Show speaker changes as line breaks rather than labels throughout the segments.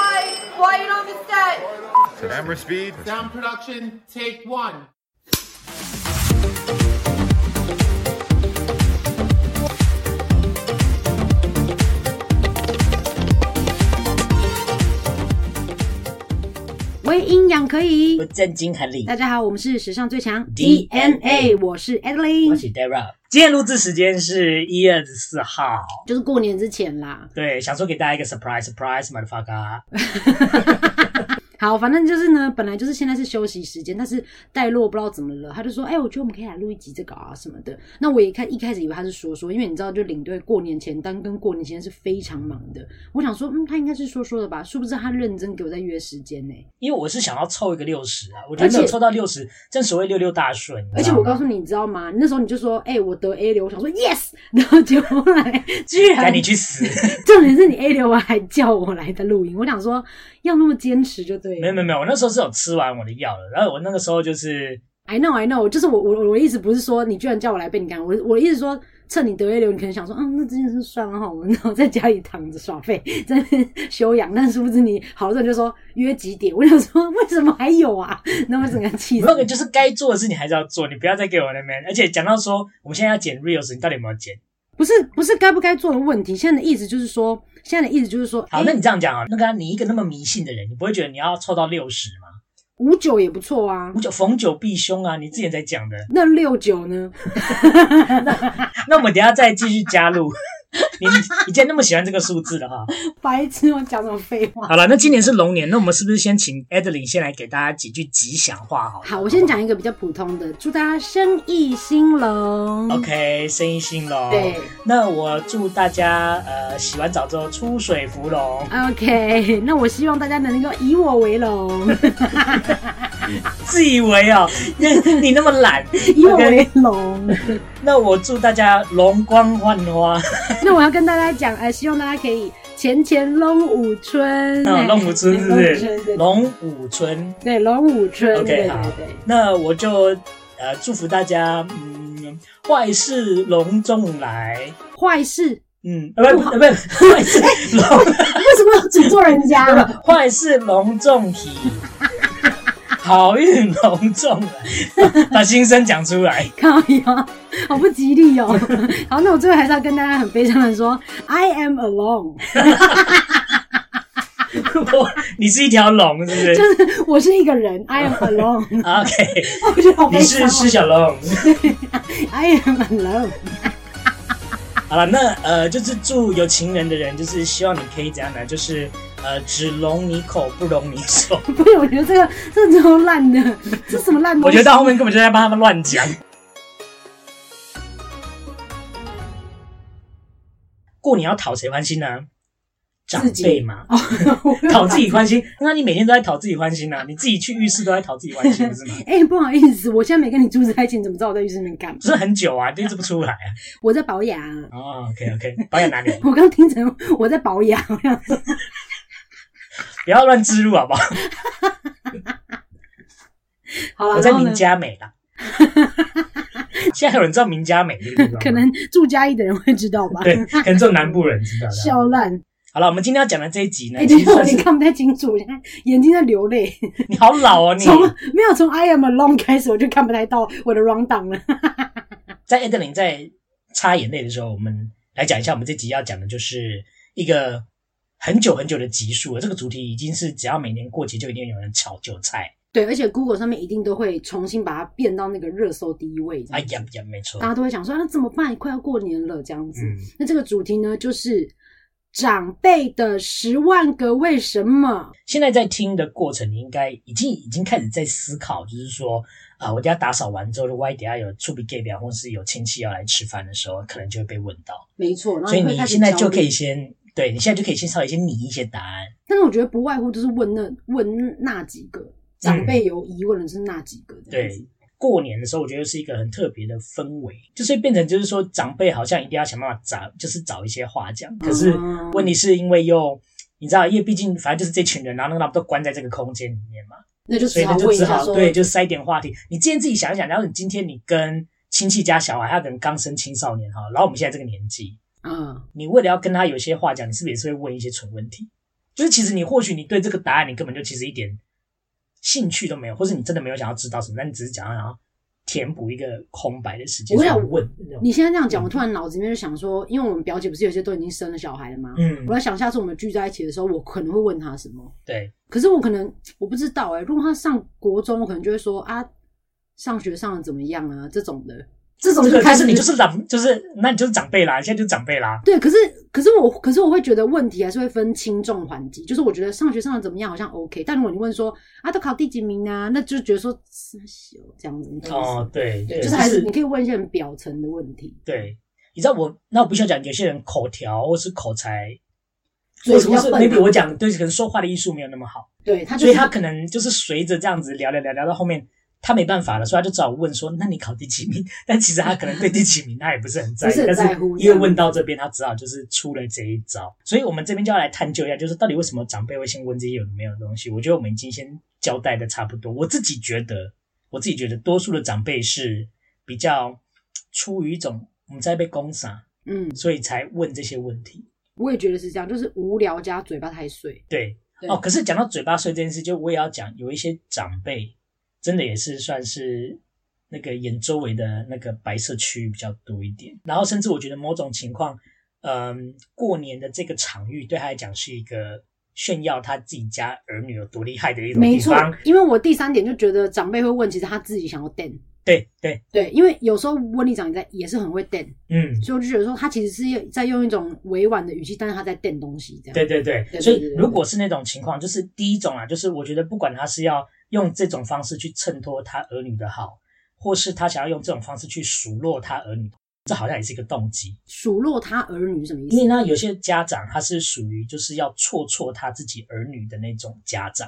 Why you don't just say?
Camera speed.
Sound production, take one.
为营养可以
我。震惊很理
大。家好，我们是史上最强
DNA
我是
我
Adeline，
是 Dara，今天录制时间是一月四号。
就是过年之前啦。
对，想说给大家一个 surprise surprise，motherfucker。
好，反正就是呢，本来就是现在是休息时间，但是戴洛不知道怎么了，他就说，哎、我觉得我们可以来录一集这个啊什么的。那我也看一开始以为他是说说，因为你知道，就领队过年前单跟过年前是非常忙的。我想说，嗯，他应该是说说的吧，殊不知他认真给我在约时间呢、
因为我是想要凑一个六十啊，我觉得没
而
有
且
凑到六十，正所谓六六大顺。
而且我告诉你，你知道吗？那时候你就说，哎、我得 A 流，我想说 yes，然后结果后来居
哎你赶
然
你 去死！
重点是你 A 流完还叫我来的录音，我想说要那么坚持就对了。
没有没有没有，我那时候是有吃完我的药了，然后我那个时候就是，
I know I know，就是我我我的意思不是说你居然叫我来被你干，我我的意思说趁你得 A 流，你可能想说，嗯，那这件事算了哈，我们然后在家里躺着耍废， 在那边休养，但殊不知你好多人就说约几点，我想说为什么还有啊？那我整个 气死
那。个就是该做的事情还是要做，你不要再给我那边。而且讲到说我们现在要剪 reels，你到底有没有剪？
不是不是该不该做的问题，现在的意思就是说，现在的意思就是说，哎
好，
诶
那你这样讲啊，那个啊你一个那么迷信的人，你不会觉得你要凑到六十吗？
五九也不错啊
五，九逢九必凶啊！你之前在讲的，
那六九呢？
那我们等一下再继续加入。 你你既然那么喜欢这个数字的话，
白痴，我讲什么废话？
好了，那今年是龙年，那我们是不是先请 Adeline 先来给大家几句吉祥话好了？
好，我先讲一个比较普通的，祝大家生意兴隆。
OK，生意兴隆。
对，
那我祝大家呃洗完澡之后出水芙蓉，
OK，那我希望大家能够以我为 荣，
自以为哦，你你那么 懒。
以我为荣。
那我祝大家容光焕发，
那我要跟大家讲，呃，希望大家可以前前龙舞春，
嗯， 龙舞春是不
啊龙舞春
是？
对
龙
对龙舞
舞春。
春
OK，
对对
好
对。
那我就呃祝福大家，嗯，坏事隆重来，
坏事
嗯，呃不不不，坏事隆
为什么要诅咒人家？
坏事隆重体， 好运隆重来， 把心声讲出来。
靠呀，好不吉利 哦。好，那我最后还是要跟大家很悲伤的说，I am alone，
我你是一条龙是不是、
就是我是一个人，I am alone。
o k
我觉得好悲
你
伤
是
哦
施小龙。
，I am alone。
好了，那呃就是祝有情人的人，就是希望你可以怎样呢？就是呃只容你口，不容你手。
不是，我觉得这个这超烂 的，这什么烂东西？啊
我觉得到后面根本就在帮他们乱讲。过年要讨谁欢心呢、长
自己哦
辈嘛，
我没有
讨自己欢心。那你每天都在讨自己欢心呐、啊你自己去浴室都在讨自己欢心，不是吗？
哎、不好意思，我现在没跟你住在一起，你怎么知道我在浴室里面干嘛
不？是很久啊，你一直不出来啊。
我在保养。
哦，OK OK，保养哪里？啊
我刚听成我在保养，我想说
不要乱植入好不好？
好了，
我在
然后
明
呢，
佳美 啦。现在有人知道明佳美这个地方吗
可能住嘉义的人会知道吧。
对，可能只有南部人知道的。
笑烂，
好了，我们今天要讲的这一集呢
哎、，等
其实
一下我
算
有点
是
看不太清楚，我现在眼睛在流泪。
你好老 哦，你
从没有从 I am alone 开始，我就看不太到我的 round down 了。
在 Adeline 在擦眼泪的时候，我们来讲一下，我们这集要讲的就是一个很久很久的集数了。这个主题已经是只要每年过节就一定有人炒韭菜。
对，而且 Google 上面一定都会重新把它变到那个热搜第一位。
哎呀呀，没错
大，家都会想说，那、啊怎么办？快要过年了，这样子。
嗯，
那这个主题呢，就是长辈的十万个为什么。
现在在听的过程，你应该已经已经开始在思考，就是说啊，我等一下打扫完之后，如果万一等一下有出比 gay 表，或是有亲戚要来吃饭的时候，可能就会被问到，
没错，然后
所以
会
你
开始
现在
焦
就可以
虑。
先。对你现在就可以先稍微先拟一些答案，
但是我觉得不外乎就是问那问那几
嗯
个长辈有疑问的是那几个。这样子
对，过年的时候，我觉得是一个很特别的氛围，就是变成就是说长辈好像一定要想办法找，就是找一些话讲。可是
嗯
问题是因为又你知道，因为毕竟反正就是这群人，然后那个他们都关在这个空间里面嘛，
那就
所以
只好
呢就
问一
只
下
好
说，
对，就塞一点话题。你今天自己想一想，然后你今天你跟亲戚家小孩，他可能刚生青少年哈，然后我们现在这个年纪，
嗯，
你为了要跟他有些话讲，你是不是也是会问一些蠢问题？就是其实你或许你对这个答案你根本就其实一点兴趣都没有，或是你真的没有想要知道什么，但你只是想要想要填补一个空白的时间。
我想
想问那种
你现在这样
嗯
讲，我突然脑子里面就想说，因为我们表姐不是有些都已经生了小孩了吗？
嗯
我，在想，下次我们聚在一起的时候，我可能会问她什么。
对，
可是我可能我不知道哎、如果她上国中，我可能就会说啊，上学上的怎么样啊这种的，这种
这
就
个就
开
是
始
你就是长，就是那你就是长辈啦，你现在就是长辈啦。
对，可是可是我可是我会觉得问题还是会分轻重缓急，就是我觉得上学上的怎么样好像 OK，但如果你问说啊都考第几名啊，那就觉得说三小这样子，你懂我意思吗
哦，对，
对，
对，
就是还是你可以问一些很表层的问题，
对，你知道我，那我不需要讲，有些人口条或是口才，
所以
或
比较
是或是
笨
maybe
啊
我讲对，可能说话的艺术没有那么好，
对他就
所以
是
他可能就是随着这样子聊聊聊聊到后面，他没办法了，所以他就只好问说：“那你考第几名？” 但其实他可能对第几名他也不是很在意，
不是很
但
在
是
乎
因为问到这边，他只好就是出了这一招。所以我们这边就要来探究一下，就是到底为什么长辈会先问这些有的没有的东西？我觉得我们已经先交代的差不多。我自己觉得，我自己觉得多数的长辈是比较出于一种我们在被攻杀，
嗯，
所以才问这些问题。
我也觉得是这样，就是无聊加嘴巴太碎，
对，
对
哦，可是讲到嘴巴碎这件事，就我也要讲，有一些长辈真的也是算是那个眼周围的那个白色区域比较多一点，然后甚至我觉得某种情况，嗯，过年的这个场域对他来讲是一个炫耀他自己家儿女有多厉害的一种
没
地
错
方。，
因为我第三点就觉得长辈会问，其实他自己想要 d
对对，
对，因为有时候温丽长也在也是很会 d
嗯，
所以我就觉得说他其实是在用一种委婉的语气，但是他在 d 东西这样，
对对对
对，
所以
对对对
如果是那种情况，就是第一种啊，就是我觉得不管他是要用这种方式去衬托他儿女的好，或是他想要用这种方式去数落他儿女，这好像也是一个动机。
数落他儿女什么意
因
思
为？呢，有些家长他是属于就是要挫挫他自己儿女的那种家长，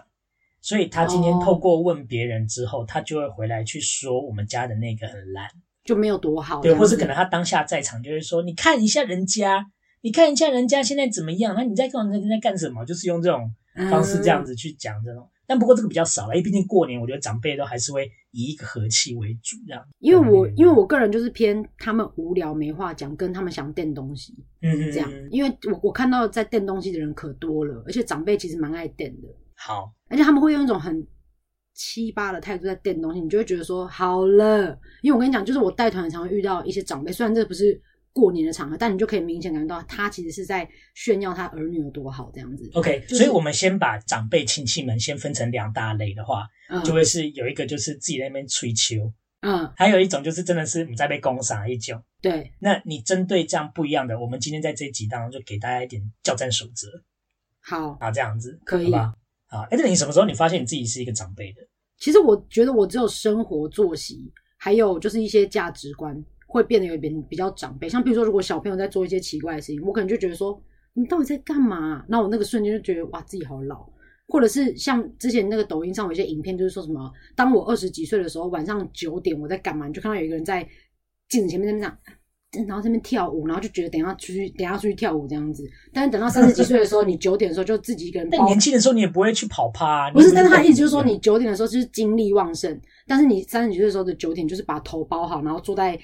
所以他今天
哦
透过问别人之后，他就会回来去说我们家的那个很烂。
就没有多好，
对，
这样
或
子
是可能他当下在场就会说：“你看一下人家，你看一下人家现在怎么样？那你在跟人家在干什么？”就是用这种
嗯
方式这样子去讲这种。但不过这个比较少了，因为毕竟过年，我觉得长辈都还是会以一个和气为主这样。
因为我
嗯
因为我个人就是偏他们无聊没话讲，跟他们想垫东西
嗯
这样，因为我我看到在垫东西的人可多了，而且长辈其实蛮爱垫的，
好，
而且他们会用一种很七八的态度在垫东西，你就会觉得说好了，因为我跟你讲，就是我带团常会遇到一些长辈，虽然这不是。过年的场合，但你就可以明显感觉到他其实是在炫耀他儿女有多好这样子。
OK，、
就是
所以我们先把长辈亲戚们先分成两大类的话，
嗯
就会是有一个就是自己在那边吹球，
嗯，
还有一种就是真的是你在被攻杀一种。
对，
那你针对这样不一样的，我们今天在这一集当中就给大家一点叫战守则。
好，
啊，这样子
可以
好吧？啊，哎，那你什么时候你发现你自己是一个长辈的？
其实我觉得我只有生活作息，还有就是一些价值观会变得有点比较长辈。像比如说，如果小朋友在做一些奇怪的事情，我可能就觉得说你到底在干嘛、啊那我那个瞬间就觉得哇，自己好老。或者是像之前那个抖音上有一些影片，就是说什么，当我二十几岁的时候，晚上九点我在干嘛？你就看到有一个人在镜子前面在那边这样然后在那边跳舞，然后就觉得等一下出去，等一下出去跳舞这样子。但是等到三十几岁的时候，你九点的时候就自己一 个人
但你
包
年轻的时候你也不会去跑趴、啊，
哦不是，
你也
但是他意思就是
跑
说，
步
你九点的时候就是精力旺盛，但是你三十几岁的时候的九点就是把头包好，然后坐在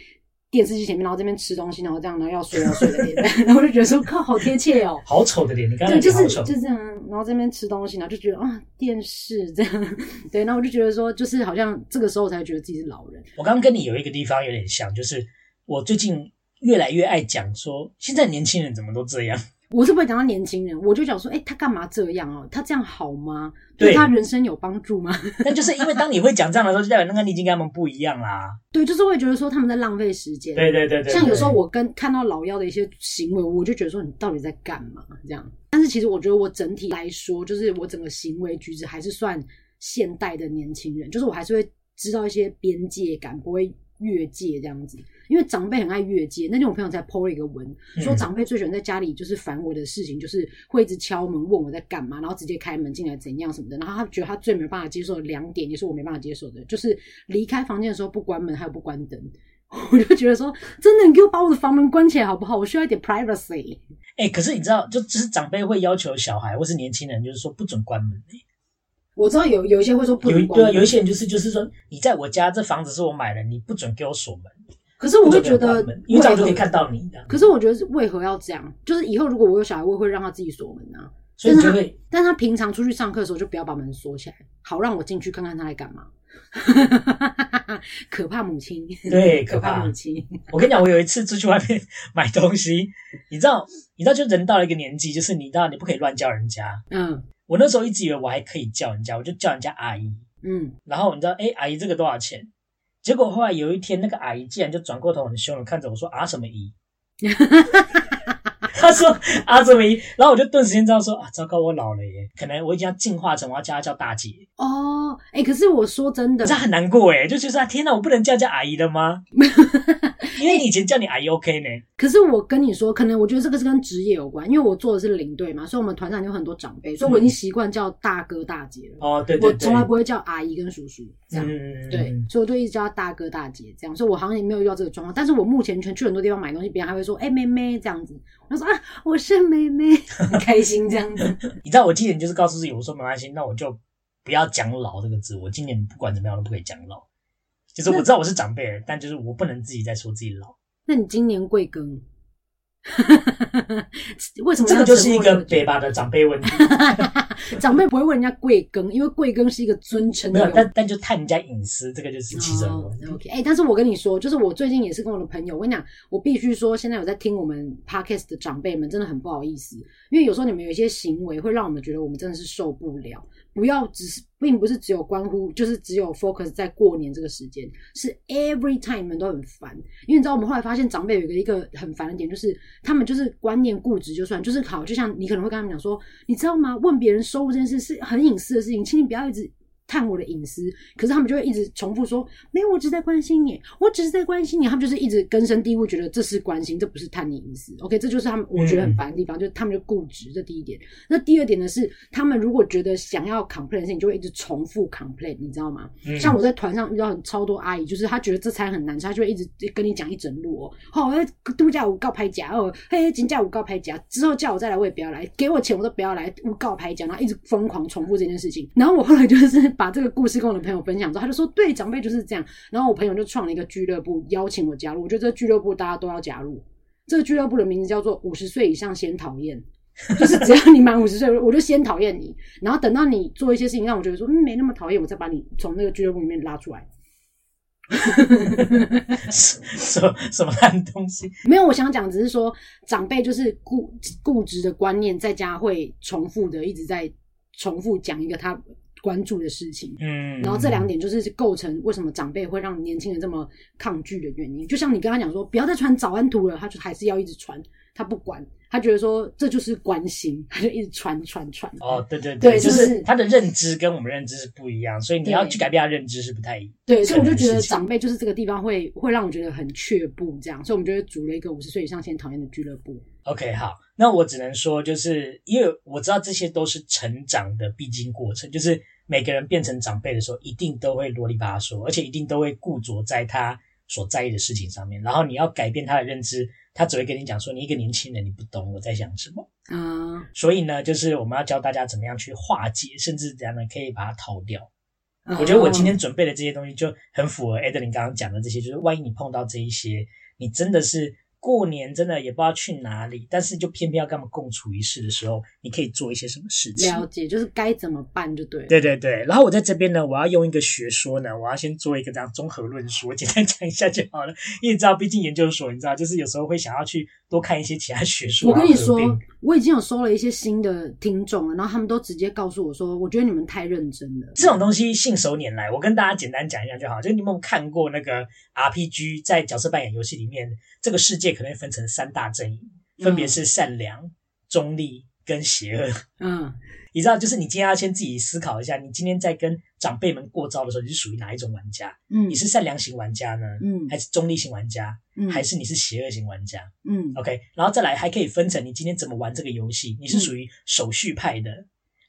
电视机前面，然后这边吃东西，然后这样，然后要睡要睡的脸，然 后我就觉得说，靠，好贴切哦。
好丑的脸，你刚刚
对，就
好
是
丑，
就这样，然后这边吃东西，然后就觉得啊，电视这样， 对，然后我就觉得说，就是好像这个时候我才觉得自己是老人，
我刚刚跟你有一个地方有点像，就是我最近越来越爱讲说，现在年轻人怎么都这样？
我是不会讲到年轻人，我就讲说，哎、他干嘛这样哦？他这样好吗？
对
他人生有帮助吗？
但就是因为当你会讲这样的时候，就代表那个你已经跟他们不一样啊啦。
对，就是会觉得说他们在浪费时间。
对对对对，
像有时候
对
我跟看到老妖的一些行为，我就觉得说你到底在干嘛这样。但是其实我觉得我整体来说，就是我整个行为举止还是算现代的年轻人，就是我还是会知道一些边界感，不会越界这样子。因为长辈很爱越界，那天我朋友才 PO 了一个文，说
嗯
长辈最喜欢在家里就是烦我的事情，就是会一直敲门问我在干嘛，然后直接开门进来怎样什么的。然后他觉得他最没办法接受的两点，也是我没办法接受的，就是离开房间的时候不关门，还有不关灯。 我就觉得说，真的，你给我把我的房门关起来好不好？我需要一点 privacy。
哎、可是你知道，就只是长辈会要求小孩或是年轻人，就是说不准关门、
我知道有有一些会说不
有
能
一
关
对啊，
门，
有一些人就是就是说，你在我家这房子是我买的，你不准给我锁门，
可是我会觉
不准
得
给关门因为这样就可以
为何
看到你的。
可是我觉得是为何要这样？就是以后如果我有小孩，我也会让他自己锁门啊。
所以你就会
但他平常出去上课的时候，就不要把门锁起来，好让我进去看看他在干嘛。 可怕母亲，
对
可
可怕
母亲，
我跟你讲，我有一次出去外面买东西，你知道，你知道，就人到了一个年纪，就是你知道你不可以乱叫人家。
嗯
我那时候一直以为我还可以叫人家，我就叫人家阿姨。
嗯，
然后你知道，哎，阿姨这个多少钱？结果后来有一天，那个阿姨竟然就转过头很凶的看着我说：“啊什么姨？” 她说：“啊什么姨？”然后我就顿时间知道说：“啊，糟糕，我老了耶！可能我已经要进化成我要叫她叫大姐。”
哦，哎、可是我说真的
这，很难过哎，就觉得啊，天哪，我不能叫人家阿姨了 吗？因为你以前叫你阿姨 OK 呢。
可是我跟你说，可能我觉得这个是跟职业有关，因为我做的是领队嘛，所以我们团长有很多长辈，所以我已经习惯叫大哥大姐了。
嗯哦，对
我
对对
从，来不会叫阿姨跟叔叔这样。
嗯，
对，所以我就一直叫他大哥大姐这样，所以我好像也没有遇到这个状况。但是我目前全去很多地方买东西，别人还会说“哎、妹妹”这样子，我就说啊，我是妹妹，很开心这样子。
你知道我今年就是告诉自己，我说没关系，那我就不要讲老这个字，我今年不管怎么样都不可以讲老。就是我知道我是长辈了，但就是我不能自己再说自己老，
那你今年贵庚？ 为什么
这
要
个就是一
沉默
个
了
北吧的长辈 问题。
长辈不会问人家贵庚，因为贵庚是一个尊称
没
的
有，
用
但但就探人家隐私，这个就是其中的问题。
哦、OK，哎、但是我跟你说，就是我最近也是跟我的朋友，我跟你讲，我必须说，现在有在听我们 podcast 的长辈们真的很不好意思，因为有时候你们有一些行为会让我们觉得我们真的是受不了。不要只是，并不是只有关乎，就是只有 focus 在过年这个时间，是 every time 你们都很烦。因为你知道，我们后来发现长辈有一个一个很烦的点，就是他们就是观念固执就算，就是好，就像你可能会跟他们讲说，你知道吗？问别人收入这件事是很隐私的事情，请你不要一直。探我的隐私，可是他们就会一直重复说：“没有，我只是在关心你，我只是在关心你。”他们就是一直根深蒂固，觉得这是关心，这不是探你隐私。OK，这就是他们我觉得很烦的地方，就是他们就固执。这第一点。那第二点呢是，他们如果觉得想要 complain 的事情，就会一直重复 complain，你知道吗？
嗯
像我在团上遇到很超多阿姨，就是她觉得这餐很难吃，她就会一直跟你讲一整路哦，好、哦，度假五告拍假哦，嘿，金价五告拍假，之后叫我再来我也不要来，给我钱我都不要来，五告拍假，然后一直疯狂重复这件事情。然后我后来就是把这个故事跟我的朋友分享之后，他就说对，长辈就是这样。然后我朋友就创了一个俱乐部，邀请我加入，我觉得这个俱乐部大家都要加入。这个俱乐部的名字叫做“五十岁以上先讨厌”，就是只要你满五十岁，我就先讨厌你，然后等到你做一些事情让我觉得说、嗯、没那么讨厌，我再把你从那个俱乐部里面拉出来。
什么什么烂东西？
没有，我想讲只是说长辈就是固固执的观念，在家会重复的一直在重复讲一个他关注的事情。
嗯，
然后这两点就是构成为什么长辈会让年轻人这么抗拒的原因。就像你跟他讲说，不要再穿早安图了，他就还是要一直穿，他不管，他觉得说这就是关心，他就一直穿穿穿。
哦，对对
对
就
就是
是他的认知跟我们认知是不一样，所以你要去改变他认知是不太一样。
对，所以我就
这
觉得
种事情
长辈就是这个地方会会让我觉得很却步，这样，所以我们就组了一个五十岁以上先讨厌的俱乐部。
OK，好，那我只能说，就是因为我知道这些都是成长的必经过程，就是每个人变成长辈的时候，一定都会啰里吧嗦，而且一定都会固着在他所在意的事情上面。然后你要改变他的认知，他只会跟你讲说，你一个年轻人，你不懂我在想什么。
啊、
所以呢，就是我们要教大家怎么样去化解，甚至怎样呢可以把它逃掉。我觉得我
嗯
今
哦
天准备的这些东西就很符合 Adeline 刚刚讲的这些，就是万一你碰到这一些，你真的是过年真的也不知道去哪里，但是就偏偏要跟他们共处一室的时候，你可以做一些什么事情？
了解，就是该怎么办就对了。
对对对，然后我在这边呢，我要用一个学说呢，我要先做一个这样综合论述，我简单 讲一下就好了。因为你知道，毕竟研究所，你知道，就是有时候会想要去多看一些其他学术。
我跟你
然后合并
说，我已经有收了一些新的听众了，然后他们都直接告诉我说，我觉得你们太认真了。
这种东西信手拈来，我跟大家简单讲一下就好。就你们有没有看过那个 RPG，在角色扮演游戏里面，这个世界可能会分成三大阵营，分别是善良、中立跟邪恶。
嗯，
你知道，就是你今天要先自己思考一下，你今天在跟长辈们过招的时候，你是属于哪一种玩家？
嗯
你是善良型玩家呢，
嗯
还是中立型玩家，
嗯
还是哦你是邪恶型玩家？
嗯
OK，然后再来还可以分成你今天怎么玩这个游戏，你是属
嗯
于手续派的、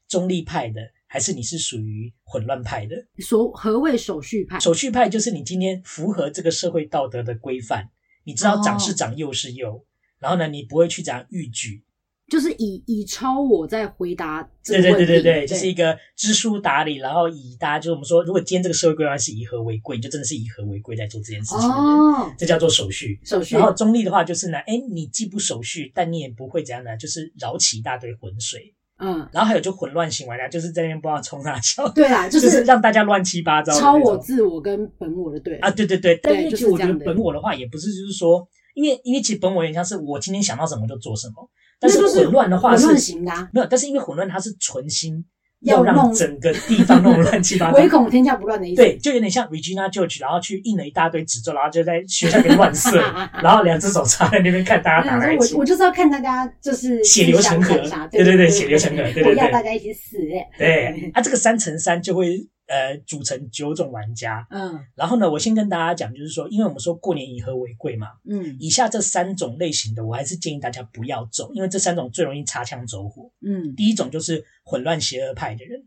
中立派的，还是你是属于混乱派的？
所何谓手续派？
手续派就是你今天符合这个社会道德的规范，你知道
哦
长是长，幼是幼，然后呢，你不会去讲逾矩。
就是以以超我在回答这
对
个
对对
问题。
对对，就是一个知书达理，然后以大家就是我们说，如果今天这个社会规范是以和为贵，你就真的是以和为贵在做这件事情的人
哦，
这叫做手续。
手续
然后中立的话就是呢，哎，你既不手续，但你也不会怎样呢，就是扰起一大堆浑水。
嗯，
然后还有就混乱型玩家，就是在那边不知道冲啥 笑，
对啦，
就
就是
让大家乱七八糟的那
超
种。
我自我跟本我的对
啊，，对对对，但
对
因为
就
其
是
实我
这
觉得
样的
本我的话，也不是就是说，因为因为其实本我有点像是我今天想到什么就做什么，但
那就是
混乱的话
混
是
乱型的啊
没有，但是因为混乱它是存心
要
要让
弄
整个地方弄乱七八糟。
唯恐天下不乱的意思。
对，就有点像 Regina George，然后去印了一大堆纸咒，然后就在学校里面 乱射，然后两只手插在那边看大
我
家打
想说
在一起
我我，就是要看大家就是
血流成
互
河
相砍杀。
对
对
对对，
对，
血流成河，对
我
对
要大
对，
家一起死。欸
对，啊，这个三乘三就会呃组成九种玩家。
嗯
然后呢，我先跟大家讲，就是说，因为我们说过年以和为贵嘛，
嗯
以下这三种类型的，我还是建议大家不要走，因为这三种最容易擦枪走火。
嗯
第一种就是混乱邪恶派的人。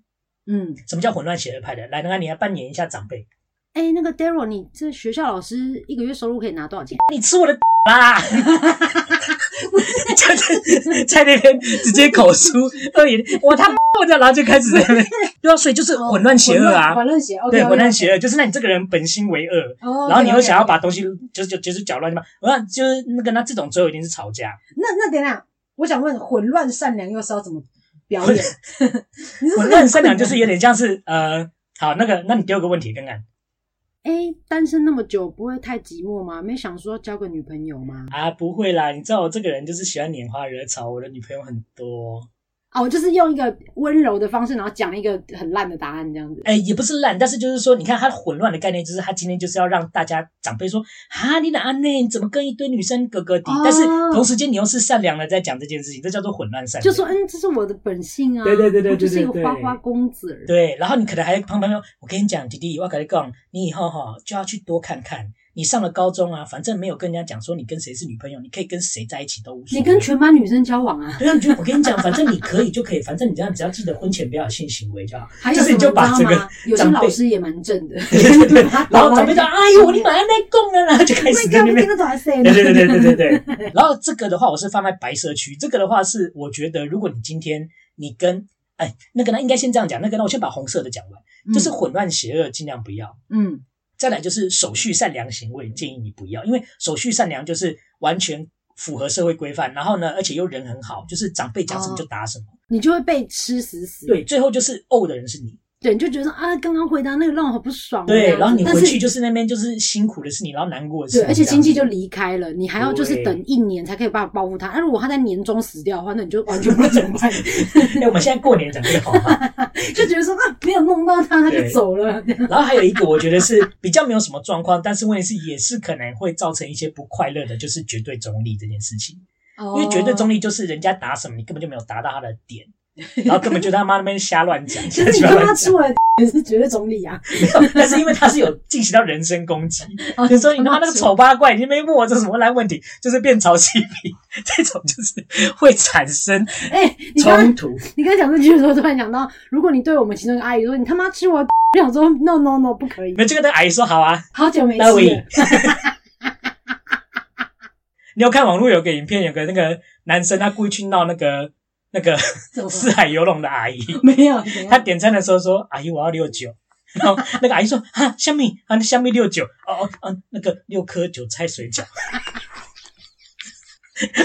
嗯。
什么叫混乱邪恶派的？来，那你来扮演一下长辈，
哎、那个 Daryl，你这学校老师一个月收入可以拿多少钱？
你吃我的 啦！在在那边直接口出恶言，我他妈的，然后就开始在那边，对啊，所以就是混乱邪恶啊，
哦混乱邪恶，
对，混乱
恶。
邪恶就是那你这个人本心为恶，
哦
然后你又
OK，OK
想要把东西就是就就是搅乱嘛，我想就是那个那这种最后一定是吵架，
那那等一下，我想问，混乱善良又是要怎么表 演？你是不是
混乱善良啊就是有点像是呃，好，那个，那你丢个问题看看
哎、单身那么久不会太寂寞吗？没想说交个女朋友吗？
啊，不会啦，你知道我这个人就是喜欢拈花惹草，我的女朋友很多，
哦，就是用一个温柔的方式，然后讲一个很烂的答案这样子。
哎，也不是烂，但是就是说，你看他混乱的概念，就是他今天就是要让大家长辈说啊，你哪安内，你怎么跟一堆女生哥哥底？
哦
但是同时间你又是善良的在讲这件事情，这叫做混乱善良，
就说嗯，这是我的本性啊，
对对对对对
我就是一个
对对
花花公子儿。
对，然后你可能还旁边说，我跟你讲，弟弟，我跟你讲，你以后哈就要去多看看。你上了高中啊，反正没有跟人家讲说你跟谁是女朋友，你可以跟谁在一起都无所谓。
你跟全班女生交往啊？
对啊，你就我跟你讲，反正你可以就可以，反正你这样只要记得婚前不要有性行为就好。
还
就
有
是
什
你
么
就把
你知
整
道
个
吗？有些
长
老
辈
师也啊蛮正的，
对对，然后长辈就
讲，
哎呦，你买那供了，然后就开始在那边。
都还是
对对对对对对对。然后这个的话，我是放在白社区。这个的话是，我觉得如果你今天你跟哎那个呢，应该先这样讲。那个呢，我先把红色的讲完，就是混乱邪恶，尽量不要。
嗯
再来就是手续善良行为，建议你不要，因为手续善良就是完全符合社会规范，然后呢，而且又人很好，就是长辈讲
哦
什么就答什么。
你就会被吃死死。
对，最后就是怄的人是你，
对，你就觉得啊，刚刚回答那个让我好不爽哦。这
对，
样子
然后你
但
回
是
去就是那边就是辛苦的是你，然后难过的是
对，
你，
而且亲戚就
这样
离开了，你还要就是
对
等一年才可以把报复他。啊那、如果他在年终死掉的话，那你就完全不知道怎么办，
子。 哎，我们现在过年讲这个好吗？
就觉得说啊，没有弄到他，他就
对
走了。
然后还有一个，我觉得是比较没有什么状况，但是问题是也是可能会造成一些不快乐的，就是绝对中立这件事情。
因
因为绝对中立就是人家答什么，你根本就没有答到他的 点，然后根本就他妈那边瞎乱讲，
其
瞎
实
鸡
你
巴
他
乱
妈
讲。
出来的也是绝对中立啊，
但是因为他是有进行到人身攻击，
哦
就说你他妈那个丑八怪，你那边问我这什么烂问题，就是变潮汐比 这种就是会产生
哎、你刚
冲
刚
突。
你刚刚讲这句的时候，突然想到，如果你对我们其中一个阿姨说你他妈吃我的， 我想说 no no no 不可以，
没有这个那个阿姨说好啊，
好久没吃
那我也
了。
你有看网络有个影片，有个那个男生他故意去闹那个那个
怎么
四海游龙的阿姨，
没有，怎样
他点餐的时候说阿姨我要六九。然后那个阿姨说：“哈，香米啊，那香米六九，哦哦，嗯，那个六颗韭菜水饺。”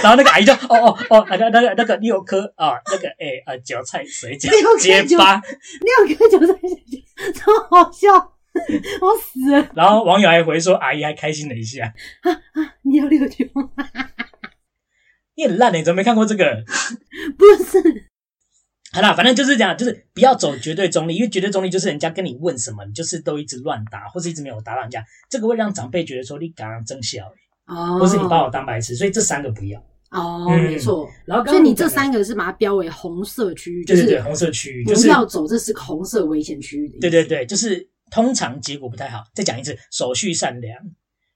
然后那个阿姨就：“哦哦哦，那个那个那个六颗啊，那个哎啊，韭菜水饺
六颗
结
韭
巴。”
六个韭菜水饺，超好笑， 我死了！
然后网友还回说：“阿姨还开心了一下，
你有六九吗？
你很烂、欸，你怎么没看过这个？”
不 是，
好啦，反正就是这样，就是不要走绝对中立，因为绝对中立就是人家跟你问什么，你就是都一直乱答，或是一直没有答到人家，这个会让长辈觉得说你刚刚真笑，
哦
或是你把我当白痴，所以这三个不要。
哦，
嗯
没错。
然后刚
所以
刚
你这
讲的
三个是把它标为红色区域，
对对对
就
红色区域就是是
不要走，这是红色危险区域的意思。
对对对，就是通常结果不太好。再讲一次，手续善良，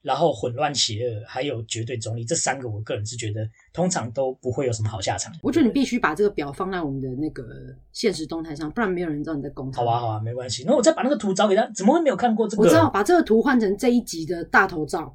然后混乱邪恶，还有绝对中立，这三个我个人是觉得通常都不会有什么好下场。
我觉得你必须把这个表放在我们的那个现实动态上，不然没有人知道你在攻他。
好啊，好啊，没关系。那我再把那个图找给他，怎么会没有看过这个？
我知道，把这个图换成这一集的大头 照，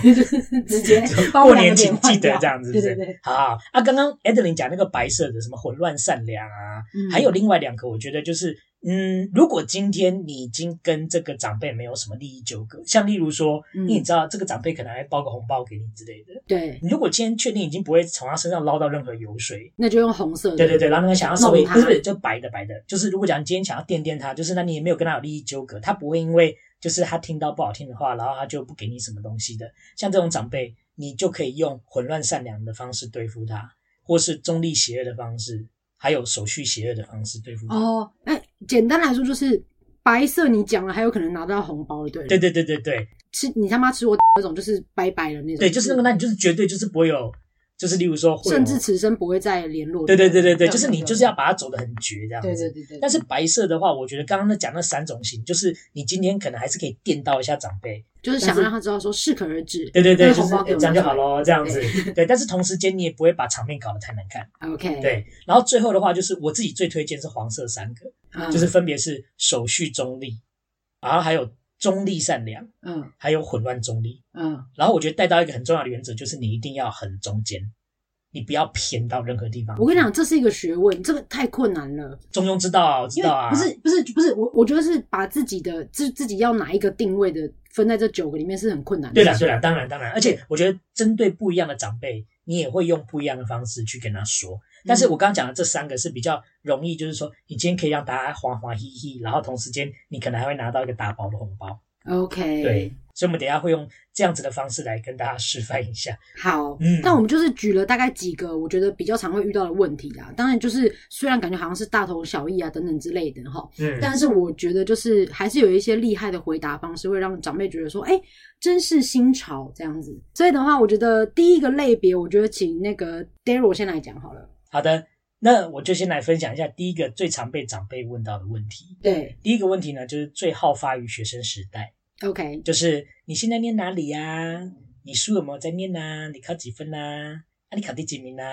就是直接把我
过
们两
年
个
请
脸换
记得
掉
这样子，
对
是
对
不是
对，
好好啊，刚刚 Adeline 讲那个白色的什么混乱善良啊，
嗯
还有另外两个，我觉得就是嗯，如果今天你已经跟这个长辈没有什么利益纠葛，像例如说，
嗯
你知道这个长辈可能还包个红包给你之类的，
对，
你如果今天确定已经不会从他身上捞到任何油水，
那就用红色的。
对对对，然后那个想要稍微
嗯弄他
不是不是就白的白的，就是如果讲你今天想要垫垫他，就是那你也没有跟他有利益纠葛，他不会因为就是他听到不好听的话，然后他就不给你什么东西的。像这种长辈，你就可以用混乱善良的方式对付他，或是中立邪恶的方式，还有手续邪恶的方式对付他。
哦，哎，简单来说就是白色，你讲了还有可能拿到红包，对不
对
对？
对对对对
吃你他妈吃我那种就是拜拜的那种，
对，就是那个，那你就是绝对就是不会有，就是例如说会有，
甚至此生不会再联络。
对对对对对，就是
这
你
样
就是要把它走得很绝这样子。
对对对对，
但是白色的话，我觉得刚刚那讲那三种型，就是你今天可能还是可以电到一下长辈，
就是
但
想
是
让他知道说适可而止。
对对对，
那
就
红
是
包给我
这样就好
了。
咯，这样子。对，但是同时间你也不会把场面搞得太难看。
OK，，
对，然后最后的话就是我自己最推荐是黄色三个，
嗯
就是分别是手续中立，然后还有中立善良，
嗯
还有混乱中立。
嗯
然后我觉得带到一个很重要的原则就是你一定要很中间，你不要偏到任何地方。
我跟你讲，，这是一个学问，这个太困难了。
中庸之道啊，我知
因为
道啊，
不是不是不是，我我觉得是把自己的自自己要哪一个定位的分在这九个里面是很困难的。
对啦，对啦，当然当然，而且我觉得针对不一样的长辈，你也会用不一样的方式去跟他说。但是我刚刚讲的这三个是比较容易，就是说你今天可以让大家欢欢喜喜，然后同时间你可能还会拿到一个大包的红包。
，OK，
对，，所以我们等一下会用这样子的方式来跟大家示范一下。
好，
嗯
但我们就是举了大概几个我觉得比较常会遇到的问题啦。当然，就是虽然感觉好像是大同小异啊等等之类的哈，
嗯，
但是我觉得就是还是有一些厉害的回答方式会让长辈觉得说，哎、真是新潮这样子。所以的话，我觉得第一个类别，我觉得请那个 Daryl 先来讲好了。
好的，那我就先来分享一下第一个最常被长辈问到的问题。
对
第一个问题呢，就是最好发于学生时代。
，OK，
就是你现在念哪里呀、你书有没有在念啊？你考几分啊？啊，你考第几 名啊？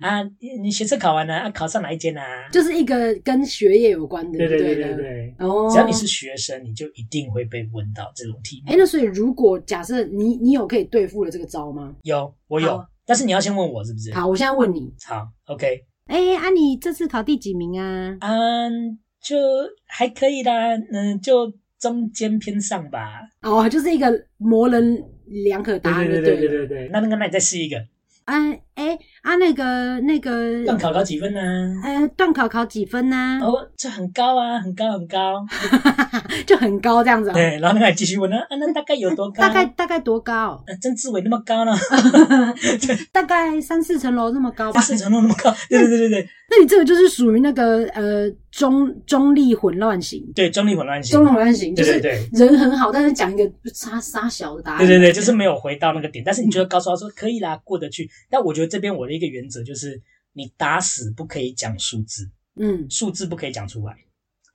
啊，你你学测考完了、啊，考上哪一间啊？
就是一个跟学业有关的，
对对
不
对
对
对
呢
对，
哦，
只要你是学生，你就一定会被问到这种题目。
哎，那所以如果假设你你有可以对付的这个招吗？
有，我有
好，
但是你要先问我是不是？
好，我现在问你，
好，OK，
哎，啊，你这次考第几名啊？
嗯，就还可以啦，嗯，就中间偏上吧。
哦，就是一个模棱两可答案就对了。
对，那那个，那你再试一个，
嗯，哎、啊，那个那个，
段考考几分呢、
呃，段考考几分呢、
哦，这很高啊，很高很高。
就很高这样子、哦，
对，然后他还继续问呢，啊，那大概有多高？
大概大概多高？
呃曾志伟那么 高呢，
大概三四层楼那么高吧
八。四层楼那么高。对对对对对
那你这个就是属于那个呃中中立混乱型，
对，中立混乱型
中。立混乱型就
对
是
对对
人很好，但是讲一个差差小的答案。
对对对，就是没有回到那个点，
嗯
但是你就要告诉他说可以啦，过得去。但我觉得这边我的一个原则就是，你打死不可以讲数字，
嗯，
数字不可以讲出来。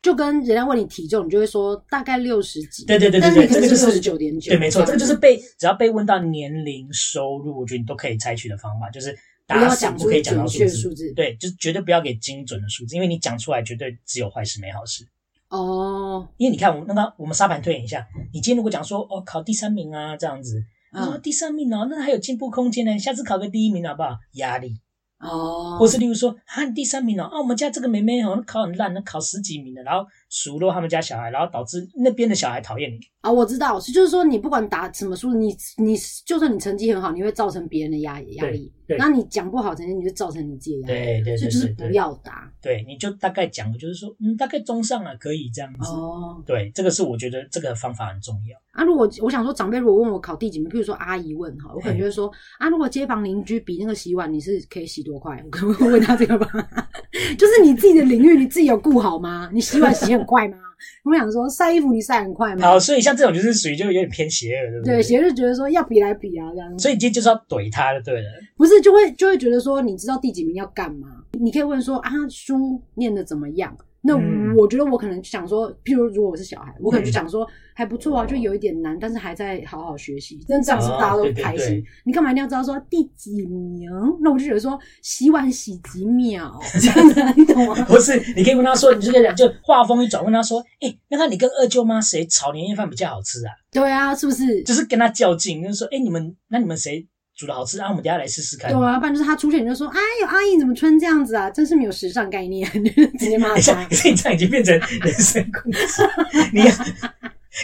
就跟人家问你体重，你就会说大概六十几，
对对对
但
对
是你
对，
可
这
能
个就是
六十九点九，
对，没错，这个就是被只要被问到年龄、收入，我觉得你都可以采取的方法，就是
不要
打死
讲
不可以
出
讲到
准
数
确
字
数。字。
对，就是绝对不要给精准的数字，因为你讲出来绝对只有坏事没好事。
哦，
因为你看，我们那个我们沙盘推演一下，你今天如果讲说哦考第三名啊这样子，他说
嗯，
第三名哦，那还有进步空间呢，下次考个第一名好不好？压力，
哦，
或是例如说啊你第三名哦，啊我们家这个妹妹好像考很烂，那考十几名的，然后数落他们家小孩，然后导致那边的小孩讨厌你。
啊，我知道，是就是说你不管打什么书，你你就算你成绩很好，你会造成别人的压压力。
对对
那你讲不好成绩，你就造成你自己的压力。
对对
所
对
以就是
对
不
对，
要打
对，你就大概讲，就是说嗯，大概中上啊，可以这样子。
哦。
对，这个是我觉得这个方法很重要。
啊，如果我想说长辈如果问我考第几名，譬如说阿姨问哈，我可能就会说啊，如果街坊邻居比那个洗碗，你是可以洗多快？我 可能会问他这个吧， 就是你自己的领域你自己有顾好吗？你洗碗洗很快吗？ 我想说晒衣服你晒很快吗？
好，所以像这种就是属于就有点偏邪恶，对不
对，斜就觉得说要比来比啊这样子。
所以你今天就是要怼他就对了。
不是就会就会觉得说，你知道第几名要干嘛？你可以问说啊，书念的怎么样？那
嗯
我觉得我可能想说，譬如如果我是小孩，我可能就想说还不错啊，就有一点难，但是还在好好学习，那这样是不是大家都
哦哦对对
开
对
心。你干嘛一定要知道说第几名？那我就觉得说洗碗洗几 秒，这样子你懂吗？
不是，你可以问他说，你就跟他讲，就话锋一转，问他说，哎、那看你跟二舅妈谁炒年夜饭比较好吃啊？
对啊，是不是？
就是跟他较劲，就是说，哎、你们那你们谁煮的好吃啊，我们等一下来试试看。
对啊，不然就是他出现你就说，哎呦，阿姨你怎么穿这样子啊？真是没有时尚概念， 直接骂
等一 下，
他
可。是哎你这样已经变成人生故事，你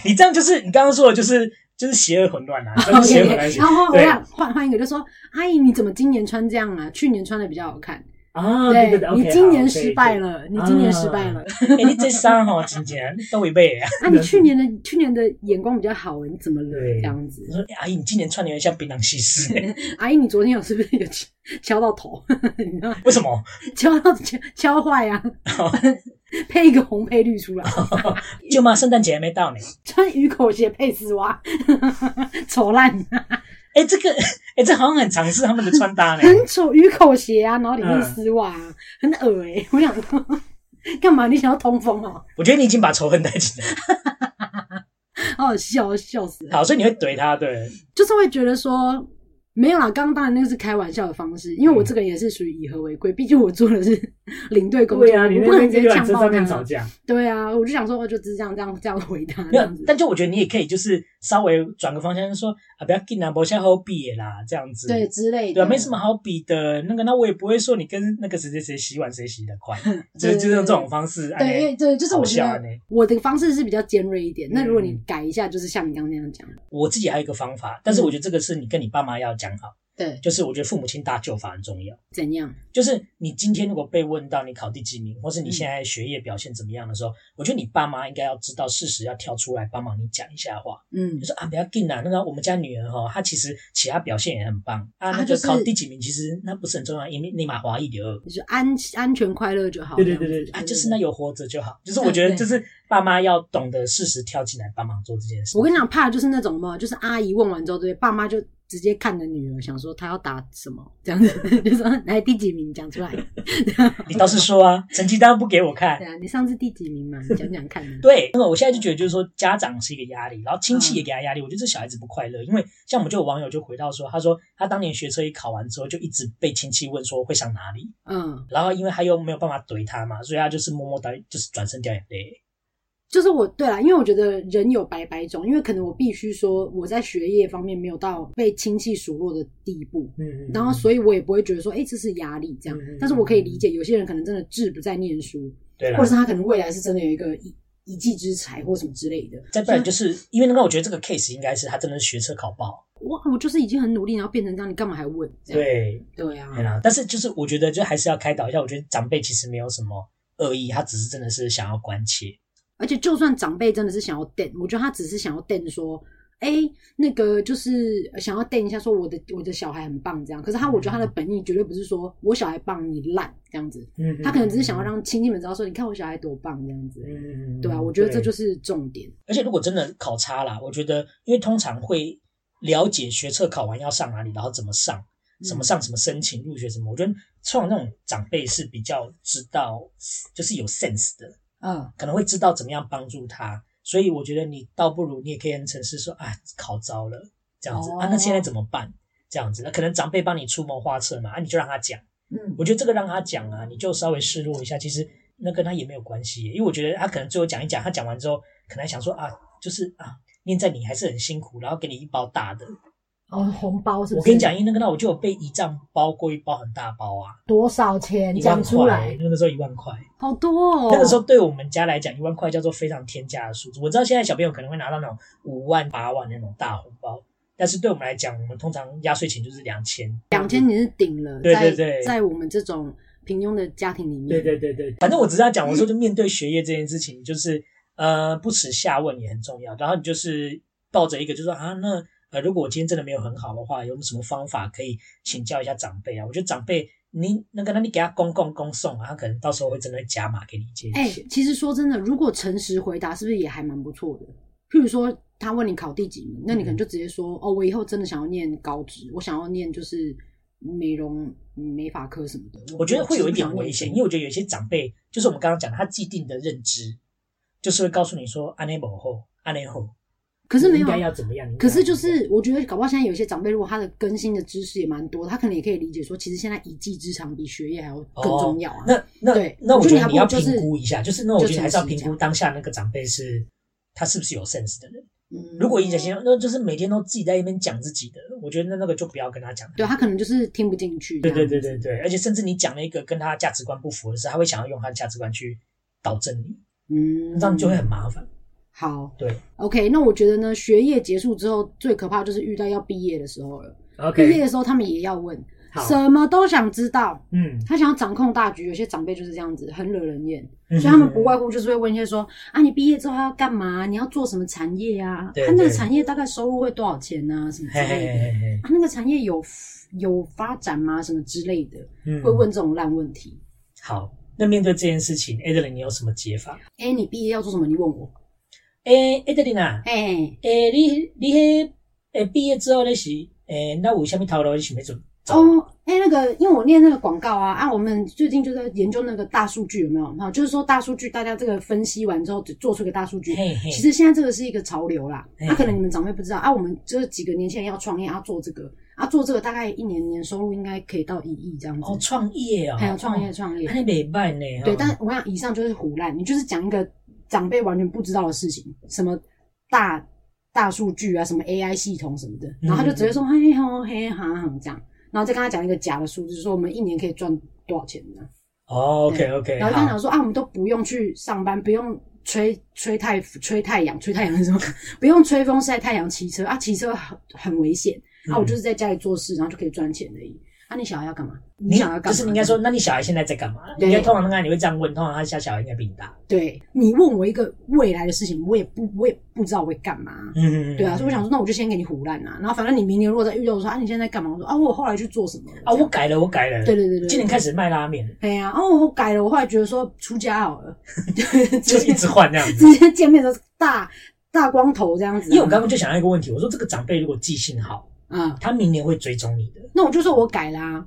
你这样就是你刚刚说的，就是就是邪恶 混乱啊， 就是邪恶
OK，
混乱
然后我
对
想换换一个，就说阿姨你怎么今年穿这样啊？去年穿的比较好看。
啊，对对对，
你
OK，
今年
好
失败。了，你今年失败了。
可以可以哎，你这三哈，今年都违背啊。
啊，你去年的去年的眼光比较好，你怎么了？
对
这样子
你，说哎阿姨，你今年穿的有点像槟榔西施，
阿姨，你昨天有是不是有敲敲到头？ 你知道吗
为什么？
敲到敲敲坏啊，
哦
配一个红配绿出来，
舅妈，圣诞节还没到呢。
穿鱼口鞋配丝袜， 丑烂，啊
哎，这个哎，这好像很尝试他们的穿搭呢。
很丑鱼口鞋啊，然后里面
嗯
丝袜、啊，很恶哎、我想说， 干嘛？你想要通风哦、
我觉得你已经把仇恨带进来，
好好笑，笑死了。
好，所以你会怼他，对。
就是会觉得说没有啦，刚刚当然那个是开玩笑的方式，因为我这个人也是属于以和为贵，毕竟我做的是领队工作，
对啊，你
我
那
不可能
边跟游
直接
览
呛
车
爆
上面吵
他。
架，
对啊，我就想说，我就只是这样这样这样回答这
没有
样，子。
但就我觉得你也可以，就是稍微转个方向，就说啊，不要进啊，不下好比的啦，这样子。
对之类的，
对啊，没什么好比的。那个，那我也不会说你跟那个谁谁谁洗碗谁洗的 快，就
对
就是用这种方式。哎
对，因为对，就是我觉
好笑
得
呢
我的方式是比较尖锐一点。那如果你
嗯
改一下，就是像你刚刚那样讲，
嗯
我自己还有一个方法，但是我觉得这个是你跟你爸妈要讲好，
嗯对，
就是我觉得父母亲大救法很重要。
怎样？
就是你今天如果被问到你考第几名，或是你现在学业表现怎么样的时候，我觉得你爸妈应该要知道事实，要跳出来帮忙你讲一下话。
嗯
就，说啊，不要紧啦，那个我们家女儿哈，她其实其他表现也很棒啊，
她
那
就
个
是
考第几名其实那不是很重要，因为立马华裔的
你说安安全快乐就好。
对对
这样子
对对
啊，就是那。有活着就好。就是
对
我觉得，
嗯对
就是爸妈要懂得适时跳进来帮忙做这件事。
我跟你讲，怕的就是那种嘛，就是阿姨问完之后，对爸妈就直接看着女儿，想说她要打什么这样子， 就说来第几名讲出来。
你倒是说啊，成绩单不给我看
对。啊，你上次第几名嘛？你讲讲看。
对，那么我现在就觉得，就是说家长是一个压力，然后亲戚也给他压力。我觉得这小孩子不快乐，因为像我们就有网友就回到说，他说他当年学车一考完之后，就一直被亲戚问说会上哪里，
嗯，
然后因为他又没有办法怼他嘛，所以他就是默默的，就是转身掉眼泪。
就是我对啦，因为我觉得人有百百种，因为可能我必须说我在学业方面没有到被亲戚数落的地步，
嗯
然后所以我也不会觉得说，哎、这是压力这样
嗯嗯。
但是我可以理解有些人可能真的志不在念书，
对啊啦
或者是他可能未来是真的有一个一一技之才或什么之类的。
再不然就是因为那个，我觉得这个 case 应该是他真的是学车考不好，
哇，我就是已经很努力，然后变成这样，你干嘛还问？这样
对，嗯
对啊，
对啦。但是就是我觉得就还是要开导一下，我觉得长辈其实没有什么恶意，他只是真的是想要关切。
而且就算长辈真的是想要瞪，我觉得他只是想要瞪说，哎、那个就是呃想要瞪一下，说我的我的小孩很棒这样。可是他，我觉得他的本意绝对不是说我小孩棒你烂这样子，
嗯
他可能只是想要让亲戚们知道说，你看我小孩多棒这样子。
嗯。
对啊，我觉得这就是是重点。
而且如果真的考差啦，我觉得因为通常会了解学测考完要上哪里，然后怎么上，什么上什么申请入学什么，我觉得通常那种长辈是比较知道，就是有 sense 的。
嗯，
可能会知道怎么样帮助他。所以我觉得你倒不如你也可以很诚实说啊，考糟了这样子、
哦
啊，那现在怎么办？这样子，那可能长辈帮你出谋划策嘛，啊，你就让他讲。
嗯
我觉得这个让他讲啊，你就稍微示弱一下，其实那跟他也没有关系，因为我觉得他可能最后讲一讲，他讲完之后，可能还想说啊，就是啊，念在你还是很辛苦，然后给你一包大的。
哦，红包是不是？
我跟你讲，因为那个那我就有被姨丈包过一包很大包啊，
多少钱
一万块，，那个时候一万块。
好多哦。
那个时候对我们家来讲，一万块叫做非常天价的数字。我知道现在小朋友可能会拿到那种五万、八万那种大红包，但是对我们来讲，我们通常压岁钱就是两千。
两千你是顶了，
对
在
对对
在我们这种平庸的家庭里面，
对对对对，
反正我只是要讲，我说就面对学业这件事情，就是呃不耻下问也很重要。然后你就是抱着一个，就说啊，那呃如果我今天真的没有很好的话，有没有什么方法可以请教一下长辈啊？我觉得长辈你那个，那你给他公公公送啊，他可能到时候会真的会加码给你一些
哎、
钱。
其实说真的，如果诚实回答，是不是也还蛮不错的？譬如说，他问你考第几名，那
嗯
你可能就直接说：“哦，我以后真的想要念高职，我想要念就是美容、美发科什么的。”
我觉得会有一点危险，因为
为
我觉得有一些长辈，就是我们刚刚讲的，他既定的认知，就是会告诉你说安内某后，安内后，
可是没
应
有
该要
啊。
怎么样？
可是就是，我觉得搞不好现在有些长辈，如果他的更新的知识也蛮多，他可能也可以理解说，其实现在一技之长比学业还要更重要啊。
哦那那
对
那，我
我觉
觉
得
得
还
你
不
要
如就是
评估一下，就是那我觉
就
得
诚
还是要
实
评
讲
估当下那个长辈是他是不是有 sense 的人。
嗯
如果影响型那就是每天都自己在那边讲自己的，我觉得那那个就不要跟他讲。
对啊他可能就是听不进去这
对
样
对
子。
对对对，而且甚至你讲了一个跟他价值观不符的事，他会想要用他的价值观去导正你，
嗯，
这样就会很麻烦。
好。
对
OK，那我觉得呢，学业结束之后，最可怕就是遇到要毕业的时候了。毕业
，OK，
的时候，他们也要问，
好，
什么都想知道，
嗯，
他想要掌控大局。有些长辈就是这样子，很惹人厌。
所
所以他们不外乎就是会问一些说啊，你毕业之后要干嘛？你要做什么产业啊？
对
他那个
对
产业大概收入会多少钱啊？什么之
嘿嘿
类的。
嘿嘿
啊，那个产业有有发展吗？什么之类的，
嗯
会问这种烂问题。
好。那面对这件事情 a d e l i n 你有什么解法？
哎、你毕业要做什么？你问我。
诶 a d e l i n 啊，
哎、
诶、你你迄诶毕业之后咧是诶，那有啥物头路你想要做？
哦，哎、那个，因为我念那个广告啊，啊，我们最近就在研究那个大数据有没有？哈，就是说大数据，大家这个分析完之后，只做出一个大数据。
嘿嘿，
其实现在这个是一个潮流啦，
嘿
啊，可能你们长辈不知道啊，我们这几个年轻人要创业，要、做这个，啊，做这个大概一年年收入应该可以到一亿这样
哦
子，
创业哦，
还有创业，创业，
安尼袂歹呢。
对，
哦
但我想以上就是胡乱，你就是讲一个长辈完全不知道的事情，什么大大数据啊，什么 AI 系统什么的，然后他就
嗯
直接说嘿吼嘿哈哈这样，然后再跟他讲一个假的数字，说我们一年可以赚多少钱呢、
哦，OK OK，
然后跟他讲说啊，我们都不用去上班，不用吹吹太吹太阳，吹太阳是什么？ 不用吹风晒太阳，骑车啊，骑车很很危险啊，
嗯
我就是在家里做事，然后就可以赚钱而已。啊，你小孩要干嘛？你
你
想要干嘛？
就是你应该说，那你小孩现在在干嘛？
对
应该通常那个你会这样问，通常他家小孩应该比你大。
对你问我一个未来的事情，我也不我也不知道我会干嘛。
嗯
对啊，所以我想说，那我就先给你胡乱啊，然后反正你明年如果再遇到我说啊，你现在在干嘛？我说啊，我后来去做什么
啊，
这
我
样
改了，我改了。
对对对对
今年开始卖拉面，
哎呀，哦，我改了，我后来觉得说出家好了，
就
就
一直换这样 子。
直接见面的时候大大光头这样子啊、
因为我刚刚就想到一个问题，我说这个长辈如果记性好，
啊、
他明年会追踪你的，
那我就说我改啦、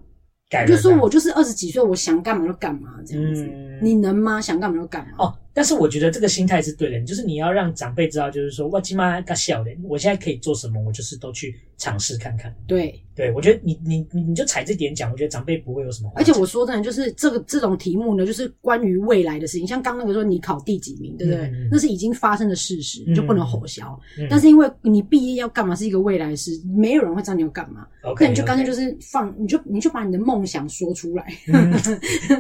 改
我
了
就说
这样
我就是二十几岁，我想干嘛就干嘛这样子。
嗯
你能吗？想干嘛就干嘛。
哦，但是我觉得这个心态是对的，就是你要让长辈知道，就是说，哇，起码他笑脸，我现在可以做什么，我就是都去尝试看看。
对，
对，我觉得你你你你就踩这点讲，我觉得长辈不会有什么话
而
讲。
且我说真的，就是这个这种题目呢，就是关于未来的事情。像刚那个说你考第几名，对不对？
嗯嗯嗯
那是已经发生的事实，你就不能吼消。
嗯
但是因为你毕业要干嘛是一个未来的事，没有人会知道你要干嘛。
OK，嗯
那你就干脆就是是放，你就你就把你的梦想说出来，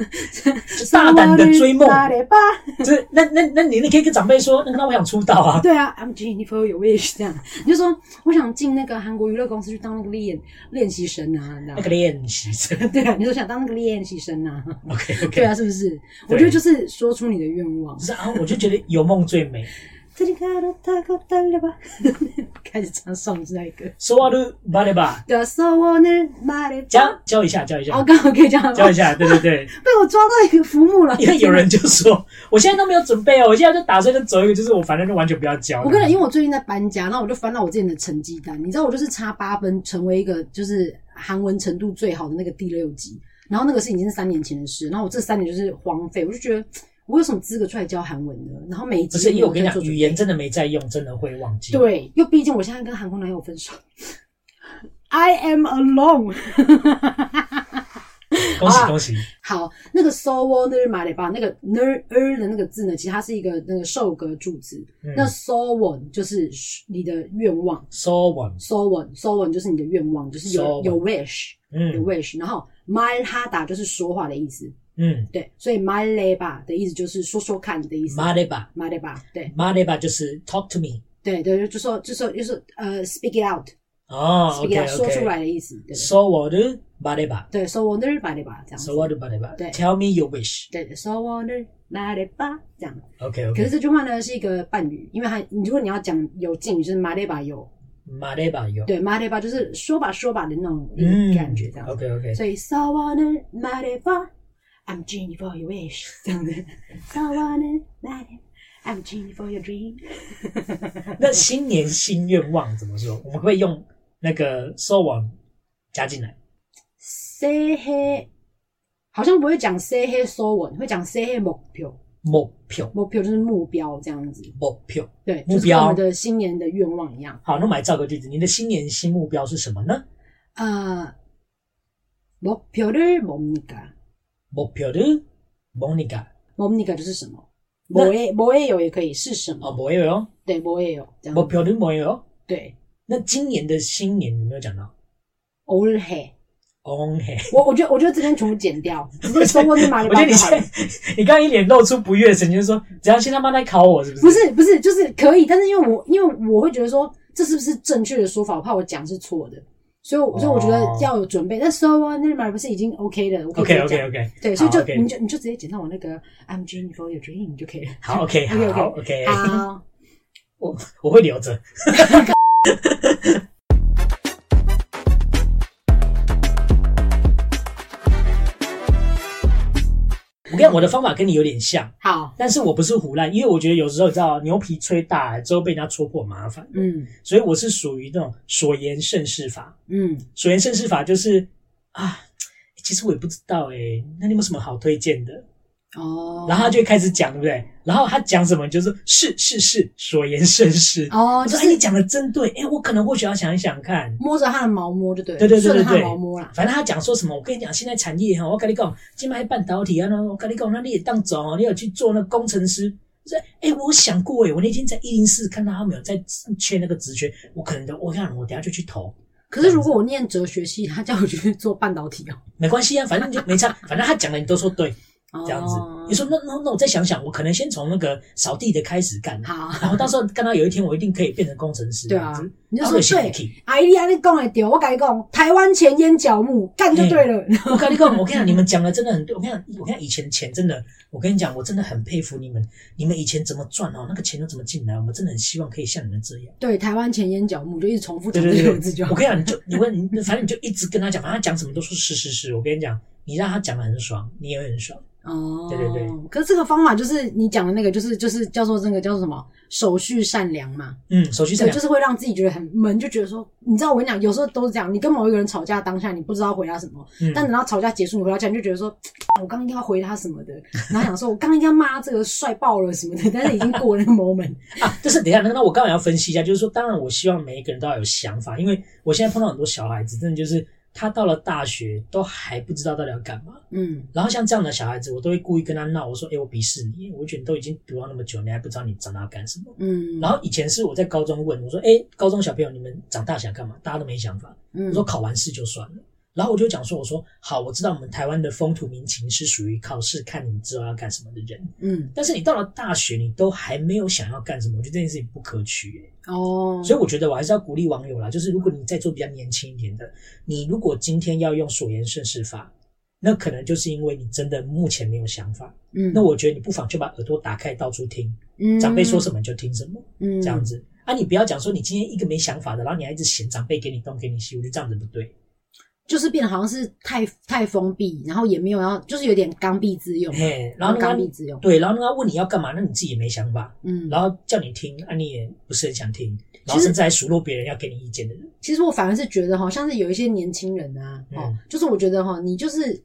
大胆地追梦
Somebody ba-
这那那那你你可以跟长辈说，那嗯那我想出道啊。
对啊，I'm Jennifer 有 wish 这样，你就说我想进那个韩国娱乐公司去当那个练练习生啊，你知道
那
吗
个？练习生
对啊，你就想当那个练习生啊，
，OK OK，
对啊，，是不是？我觉得就是说出你的愿望
不。是啊，我就觉得有梦最美。
开始唱宋之类歌。
So what do b a d y ba？
The so on and body，
教教一下，教一下
哦，，刚好可以这样，
教一下，对对对。
被我抓到一个浮木了。
因 为有人就说，我现在都没有准备哦，我现在就打算就走一个，就是我反正就完全不要教。
我跟你，因为我最近在搬家，然后我就翻到我之前的成绩单，你知道我就是差八分成为一个就是韩文程度最好的那个第六级，然后那个是已经是三年前的事，然后我这三年就是荒废，我就觉得我有什么资格出来教韩文呢？然后每一
不
集
是，因为
都
我
没
跟
有
你
在做
讲，
准备
语言真的没在用，真的会忘记。，
对，又毕竟我现在跟韩国男友分手，I am alone
恭喜
啊
恭喜。
好，那个 so wo ner ma le ba 那个 ner er 的那个字呢，其实它是一个那个受格助词。
嗯
那 so won 就是你的愿望
So one，
，so won so won 就是你的愿望，就是有
So-won
有 wish 有
嗯
wish，然后 my hada 就是说话的意思，
嗯
对，所以 my le ba 的意思就是说说看的意思。
m a d e b a
ma le ba 对
m a d e b a 就是 talk to me。
对对，就说就说就是呃 speak it out，speak
哦
it
，OK
out 说出来
OK。
的意思。对
So what do b a d e b a
对，so won ner ma le ba 这样子
So。what do b a d e b a
对
Tell me your wish。
对，so won ner ma le ba 这样。可
OK
是
OK。
这句话呢是一个半语，因为它你如果你要讲有敬语，就是 m a l e b a 有
m a d e b a 有。
对 m a l e b a 就是说吧说吧的那种
嗯，
感觉这样。
OK OK。
所以 s o w a n e m a l e b a I'm Jenny for your wish 这样的 s o w a n e m a l e I'm Jenny for your dream。
那新年新愿望怎么说？我们会用那个 So one 加进来。
Say hey，好像不会讲 say hey so on，会讲 say hey 目标，
目标，
目标就是目标这样子。
目标。
对，就
目标
是跟我们的新年的愿望一样。
好，那我们来造个句子，你的新年新目标是什么呢？
呃，目标를뭡니까？
目标的 Monica
모니가就是什么？
那
뭐에뭐에요也可以是什么？
哦，不会哦，
对，我也有这样。
我表弟没有。
对，
那今年的新年有没有讲到
偶尔黑。
？On 嘿，
我我觉得我觉得这边全部剪 掉，直接说我是马里
我
巴
觉得你
就好
现
了。
在 你刚刚一脸露出不悦的神情，就是说只要现在妈在考我是不是？
不，是不是，就是可以，但是因为我因为我会觉得说这是不是正确的说法，我怕我讲是错的，所以
哦
我所以我觉得要有准备。但 so what 那买不是已经 OK 的我可以直
OK
接
OK
讲
OK，
对，所以就
OK
你就你就直接剪到我那个 I'm dreaming for your dream 你就可以了。啊
好 OK 好
OK，OK
好 OK，
好，
我我会留着。 我跟你讲我的方法跟你有点像，
好，
但是我不是胡乱，因为我觉得有时候你知道牛皮吹大了之后被人家戳破麻烦，
嗯
所以我是属于那种所言慎事法。
嗯，
所言慎事法就是啊，其实我也不知道哎、那你有没有什么好推荐的？
哦，
然后他就会开始讲，对不对？然后他讲什么，你就是是是是，所言甚是。
哦
我
就
说，哎，你
是
讲的真对，哎，我可能或许要想一想看。
摸着他的毛摸就对了，
对对对
顺着
对
他的
对，
毛摸啦。
反正他讲说什么，我跟你讲，现在产业哈，我跟你讲，今麦半导体啊，那我跟你讲，那你也当总哦，你有去做那工程师。我说，哎，我有想过哎，我那天在一零四看到他们有在缺那个职缺，我可能我看我等下就去投，
可是如果我念哲学系，他叫我去做半导体哦，
没关系啊，反正就没差， 反正他讲的你都说对，这样子
哦。
你说那那那我再想想，我可能先从那个扫地的开始干，
好，
然后到时候看到有一天我一定可以变成工程师，
对啊
这样子，
你就
到
说
时候
对
有兴趣。
阿姨你安尼讲的对，我跟你讲，台湾前烟角木干就对了。
我跟你讲，我跟你讲，你们讲的真的 很对。我跟你讲，我跟你讲，以前钱真的，我跟你讲，我真的很佩服你们，你们以前怎么赚哦，那个钱都怎么进来，我们真的很希望可以像你们这样。
对，台湾前烟角木就一直重复
对
讲这
对
六
对
个字
对
就，好
我。跟你讲，你就你问，你反正你就一直跟他讲，反正他讲什么都说是是是。我跟你讲，你让他讲的很爽，你也会很爽。
哦，
对对对。
可是这个方法就是你讲的那个，就是就是叫做那个叫做什么手续善良嘛，
嗯，手续上
对，就是会让自己觉得很闷，就觉得说，你知道我跟你讲，有时候都是这样，你跟某一个人吵架当下，你不知道回答什么，
嗯
但等到吵架结束，你回到家，你就觉得说，我刚刚应该要回他什么的， 然后想说我刚刚应该骂他这个帅爆了什么的，但是已经过了那个 moment。
啊，但是等一下，那那我刚好要分析一下，就是说，当然我希望每一个人都要有想法，因为我现在碰到很多小孩子，真的就是他到了大学都还不知道到底要干嘛。
嗯，
然后像这样的小孩子，我都会故意跟他闹，我说：“哎、我鄙视你，我觉得你都已经读到那么久，你还不知道你长大要干什么。”
嗯，
然后以前是我在高中问我说：“哎、高中小朋友，你们长大想干嘛？”大家都没想法。
嗯
我说考完试就算了。然后我就讲说：“我说好，我知道我们台湾的风土民情是属于考试看你知道要干什么的人，
嗯
但是你到了大学，你都还没有想要干什么，我觉得这件事情不可取、欸。
哦，
所以我觉得我还是要鼓励网友啦，就是如果你在做比较年轻一点的，你如果今天要用所言慎事法，那可能就是因为你真的目前没有想法。
嗯，
那我觉得你不妨就把耳朵打开，到处听，
嗯
长辈说什么你就听什么，
嗯
这样子。啊，你不要讲说你今天一个没想法的，然后你还一直嫌长辈给你东给你西，我觉得这样子不对。
就是变得好像是太太封闭，然后也没有要，就是有点刚愎自用，
嘿，然
然
后
后
人家
刚愎自用，
对，然后人家问你要干嘛，那你自己也没想法，
嗯。
然后叫你听，啊，你也不是很想听，然
其
后
实
甚至还数落别人要给你意见的人。
其实我反而是觉得哈，像是有一些年轻人啊，
嗯
哦，就是我觉得哈，你就是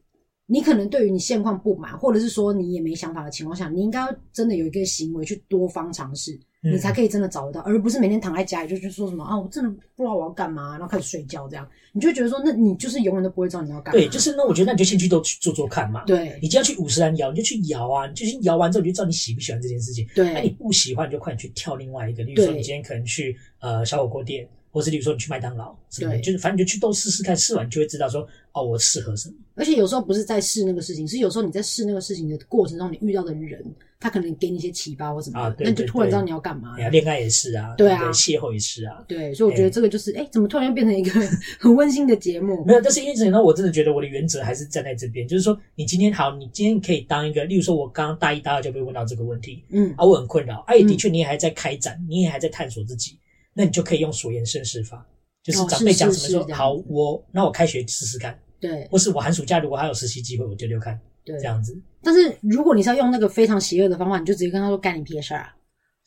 你可能对于你现况不满，或者是说你也没想法的情况下，你应该要真的有一个行为去多方尝试，
嗯
你才可以真的找得到，而不是每天躺在家里就去说什么啊，我真的不知道我要干嘛，然后开始睡觉这样，你就会觉得说，那你就是永远都不会知道你要干嘛。
对，就是那我觉得那你就先去都去做做看嘛。
对
你就要去五十岚摇，你就去摇啊，你就去摇完之后，你就知道你喜不喜欢这件事情。
对哎
那你不喜欢，你就快点去跳另外一个，例如说
对
你今天可能去呃小火锅店，或是例如说你去麦当劳什么的，
对
就是反正你就去都试试看，试完你就会知道说哦，我适合什么。
而且有时候不是在试那个事情，是有时候你在试那个事情的过程中，你遇到的人，他可能给你一些启发或什么的，
啊对
那你就
对
突然
对
知道你要干嘛
哎。呀，恋爱也是啊，
对
对
啊
不对邂逅也是啊。
对，所以我觉得这个就是，哎、怎么突然又变成一个 很温馨的节目？
没有，但是因为呢，我真的觉得我的原则还是站在这边，就是说，你今天好，你今天可以当一个，例如说，我刚刚大一、大二就被问到这个问题，
嗯，
啊，我很困扰。哎、也的确，你也还在开展，你也还在探索自己，那你就可以用所言慎事法，就是
哦
长辈
是
讲
是
什么说、
是这样
好
子，
我那我开学试试看，
对
或是我寒暑假如果还有实习机会，我丢丢看，
对
这。样子
但是如果你是要用那个非常邪恶的方法，你就直接跟他说干你屁事儿啊，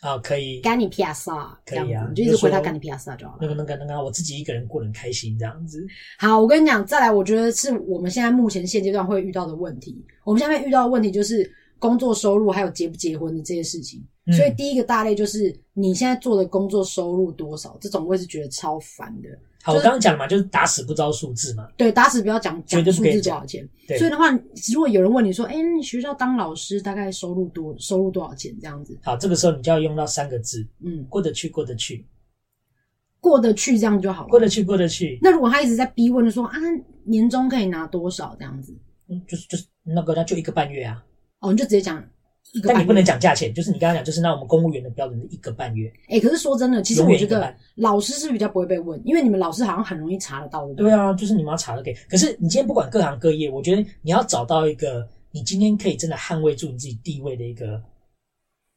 啊，可以。
干你屁事啊，
可
这
以啊
样子，你就一直回他
就说
干你屁事啊就好
那
了。
个、那个、那个，我自己一个人过得很开心，这样子。
好，我跟你讲，再来，我觉得是我们现在目前现阶段会遇到的问题。我们现在遇到的问题就是工作收入还有结不结婚的这些事情。
嗯
所以第一个大类就是你现在做的工作收入多少，这种我也是觉得超烦的。
好，我刚刚讲了嘛，就是打死不招数字嘛。
对，打死不要讲
绝
讲
对不
数
可以
字多
讲
少钱。
对
所以的话，如果有人问你说：“哎、你学校当老师大概收入多收入多少钱？”这样子，
好，这个时候你就要用到三个字：
嗯，
过得去，过得去，
过得去这样就好
过
了。
得去，过得去。
那如果他一直在逼问说：“啊，年终可以拿多少？”这样子，
嗯就是就是那个，那就一个半月啊。
哦，你就直接讲一个
但
半
你不
月。
能讲价钱，就是你刚刚讲，就是那我们公务员的标准是一个半月。
哎、可是说真的，其实
永
我
远
觉
一个
得
半
老师是比较不会被问，因为你们老师好像很容易查得到，对不对？
对啊，就是你们要查得给。可是你今天不管各行各业，我觉得你要找到一个你今天可以真的捍卫住你自己地位的一个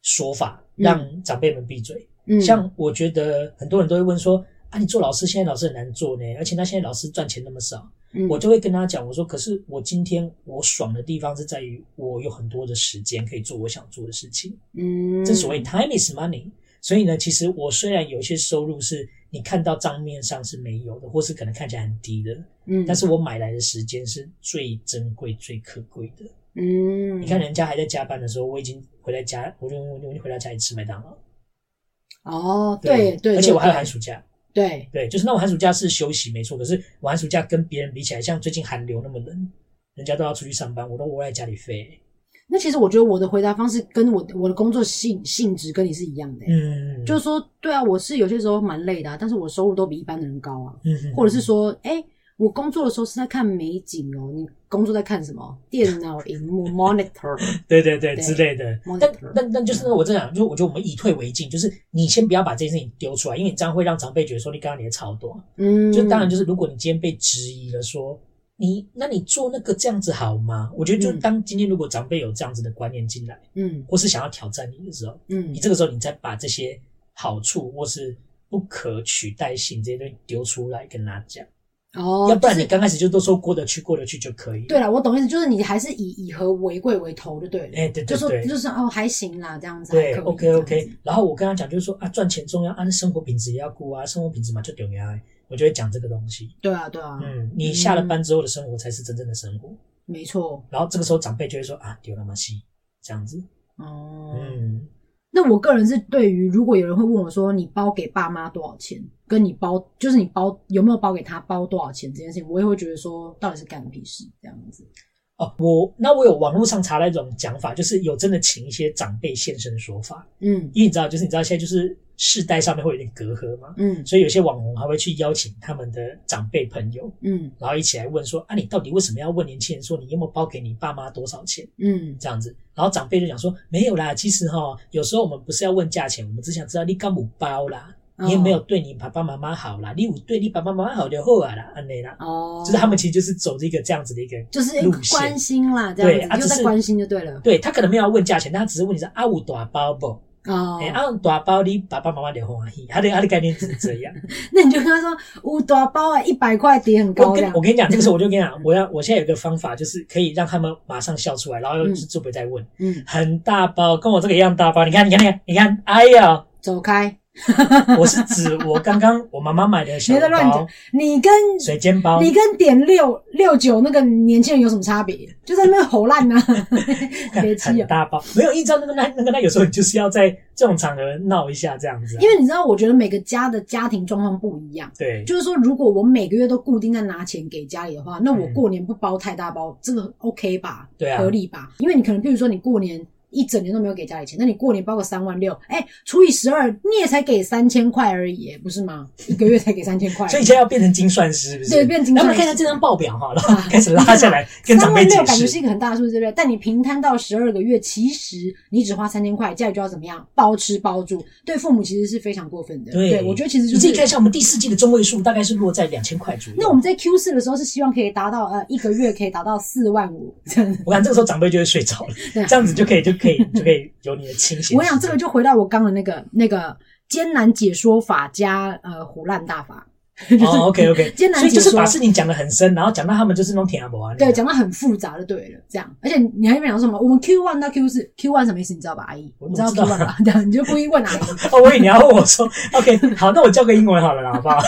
说法，
嗯
让长辈们闭嘴。
嗯，
像我觉得很多人都会问说。啊，你做老师，现在老师很难做呢，而且他现在老师赚钱那么少，
嗯
我就会跟他讲，我说，可是我今天我爽的地方是在于我有很多的时间可以做我想做的事情。
嗯，
正所谓 time is money。所以呢，其实我虽然有一些收入是你看到账面上是没有的，或是可能看起来很低的，
嗯，
但是我买来的时间是最珍贵、最可贵的。
嗯，
你看人家还在加班的时候，我已经回来家，我就我就我就回到家里吃麦当劳。
哦，对对，
而且我还有
对
寒暑假，
对，
对，就是那我寒暑假是休息没错，可是我寒暑假跟别人比起来，像最近寒流那么冷，人家都要出去上班，我都窝在家里飞。
那其实我觉得我的回答方式跟我我的工作性性质跟你是一样的、欸
嗯，
就是说，对啊，我是有些时候蛮累的、啊，但是我收入都比一般的人高啊，
嗯，
或者是说，哎、我工作的时候是在看美景哦，你工作在看什么？电脑荧 幕 monitor，
对对对
对
之类的
monitor。
但但但就是呢，我这样，就是我觉得我们以退为进，就是你先不要把这件事情丢出来，因为你这样会让长辈觉得说你刚刚你的超多。
嗯，
就当然就是，如果你今天被质疑了说。你那你做那个这样子好吗？我觉得就是
嗯
当今天如果长辈有这样子的观念进来，
嗯
或是想要挑战你的时候，
嗯
你这个时候你再把这些好处或是不可取代性这些东西丢出来跟他讲，
哦，
要不然
就
你
是
刚开始就都说过得去过得去就可以。
对了，我懂意思，就是你还是以以和为贵为头就对了，
哎对对
就说
对
就是哦还行啦这样子，
对
还可以
，OK
这样
OK
子。
然后我跟他讲，就是说啊，赚钱重要，啊，生活品质也要顾啊，生活品质嘛就重要。我就会讲这个东西。
对啊对啊，
嗯，你下了班之后的生活才是真正的生活。
没错，
然后这个时候长辈就会说啊，丢那么西这样子。
哦、
嗯，
那我个人是对于，如果有人会问我说你包给爸妈多少钱，跟你包就是你包有没有包给他包多少钱这件事情，我也会觉得说到底是干你屁事这样子。
哦，我那我有网络上查到一种讲法，就是有真的请一些长辈现身说法，
嗯
因为你知道，就是你知道现在就是世代上面会有点隔阂嘛，
嗯
所以有些网红还会去邀请他们的长辈朋友，
嗯
然后一起来问说啊，你到底为什么要问年轻人说你有没有包给你爸妈多少钱？
嗯
这样子，然后长辈就讲说没有啦，其实哈，有时候我们不是要问价钱，我们只想知道啊你干母包啦，
哦
你有没有对你爸爸妈妈好啦，你有对你爸爸妈妈好就好啊啦，安内啦，
哦，
就是他们其实就是走这个这样子的一个，
就是哎
路线
关心啦，这
对
样
啊
子又
只
在
是
关心就对了。
对他可能没有要问价钱，但他只是问你是啊有大包不？
哦，
哎、啊有大包你爸爸妈妈就欢喜，他的他的概念只是这样。
那你就跟他说五大包啊，一百块叠很
我
高这
跟
样
我。跟你讲，这个时候我就跟你讲，我要我现在有一个方法，就是可以让他们马上笑出来，然后又
嗯
就不会再问，
嗯，
很大包，跟我这个一样大包，你看你看你看你看，哎呀。
走开，
我是指我刚刚我妈妈买的小
别再乱
包
讲，你跟
水煎包。
你跟点六六九那个年轻人有什么差别？就在那边吼烂呐、啊， 别气
很
啊！
大包，没有依照那个那那个那有时候你就是要在这种场合闹一下这样子啊、
因为你知道，我觉得每个家的家庭状况不一样。
对，
就是说，如果我每个月都固定在拿钱给家里的话，那我
嗯
过年不包太大包，这个 OK 吧？
对啊
合理吧？因为你可能，譬如说你过年一整年都没有给家里钱，那你过年包个三万六，哎，除以十二，你也才给三千块而已，不是吗？一个月才给三千块，
所以现在要变成精算师，是不是？
对变精算师
那我们看一下这张报表哈，然后
啊
开始拉下来跟
三
长辈
万
解
六感觉是
释。
一个很大的数字，对不对？但你平摊到十二个月，其实你只花三千块，家里就要怎么样包吃包住，对父母其实是非常过分的。
对
我觉得其实
你
就
自己看一
是。
下，我们第四季的中位数大概是落在两千块左右。
那我们在 Q 四的时候是希望可以达到呃一个月可以达到四万五这样子。
我看这个时候长辈就会睡着了
对，啊
这样子就可以就可以就可以有你的清醒时间。
我想这个就回到我刚的那个那个艰难解说法加呃胡乱大法，
哦，OK OK，
艰难
所以就
解
是
说
把事情讲得很深，然后讲到他们就是那种甜阿伯啊，
对，讲到很复杂就对了，这样。而且你还没讲说什么，我们 Q one 到 Q 四，Q one 什么意思？你知道吧，阿姨？
我
你知道
知道啊
Q one 吧？这样你就故意问阿 姨。
哦，我以为你要问我说，OK，好，那我教个英文好了啦，好不 好？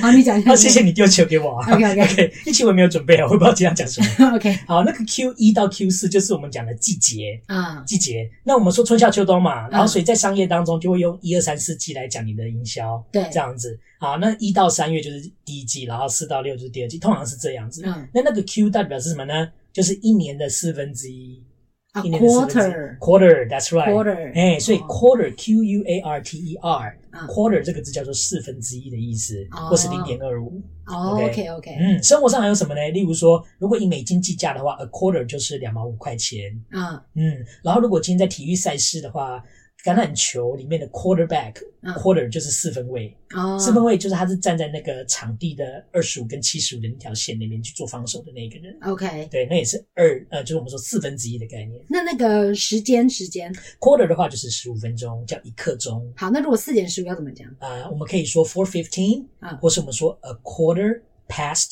好，你讲一下。
好，谢谢。你丢球给我啊。
OK OK
OK，一期我也没有准备啊，我也不知道今天要讲什么。
OK
好，那个 Q 一到 Q 四就是我们讲的季节，
啊，
季节。那我们说春夏秋冬嘛，然后
嗯
所以在商业当中就会用一二三四季来讲你的营销，
对
这样子。好，那一到三月就是第一季，然后四到六就是第二季，通常是这样子。
嗯
那那个 Q 代表是什么呢？就是一年的四分之一。
啊
一年的四分之一
quarter
quarter，that's right
Quarter
哎，所以
哦
quarter Q U A R T E R
啊
quarter 这个字叫做四分之一的意思，
哦
或是零点二五。
哦
OK
，OK OK，
嗯，生活上还有什么呢？例如说，如果以美金计价的话，a quarter 就是两毛五块钱。
啊
嗯，然后如果今天在体育赛事的话，橄榄球里面的 quarterback、
嗯
quarter 就是四分位，
哦，
四分位就是他是站在那个场地的二十五跟七十五的那条线那边去做防守的那个人。
OK。
对，那也是二呃，就是我们说四分之一的概念。
那那个时间时间，
quarter 的话就是十五分钟，叫一刻钟。
好，那如果四点十五要怎么讲？
啊、我们可以说 four fifteen，
嗯
或是我们说 a quarter past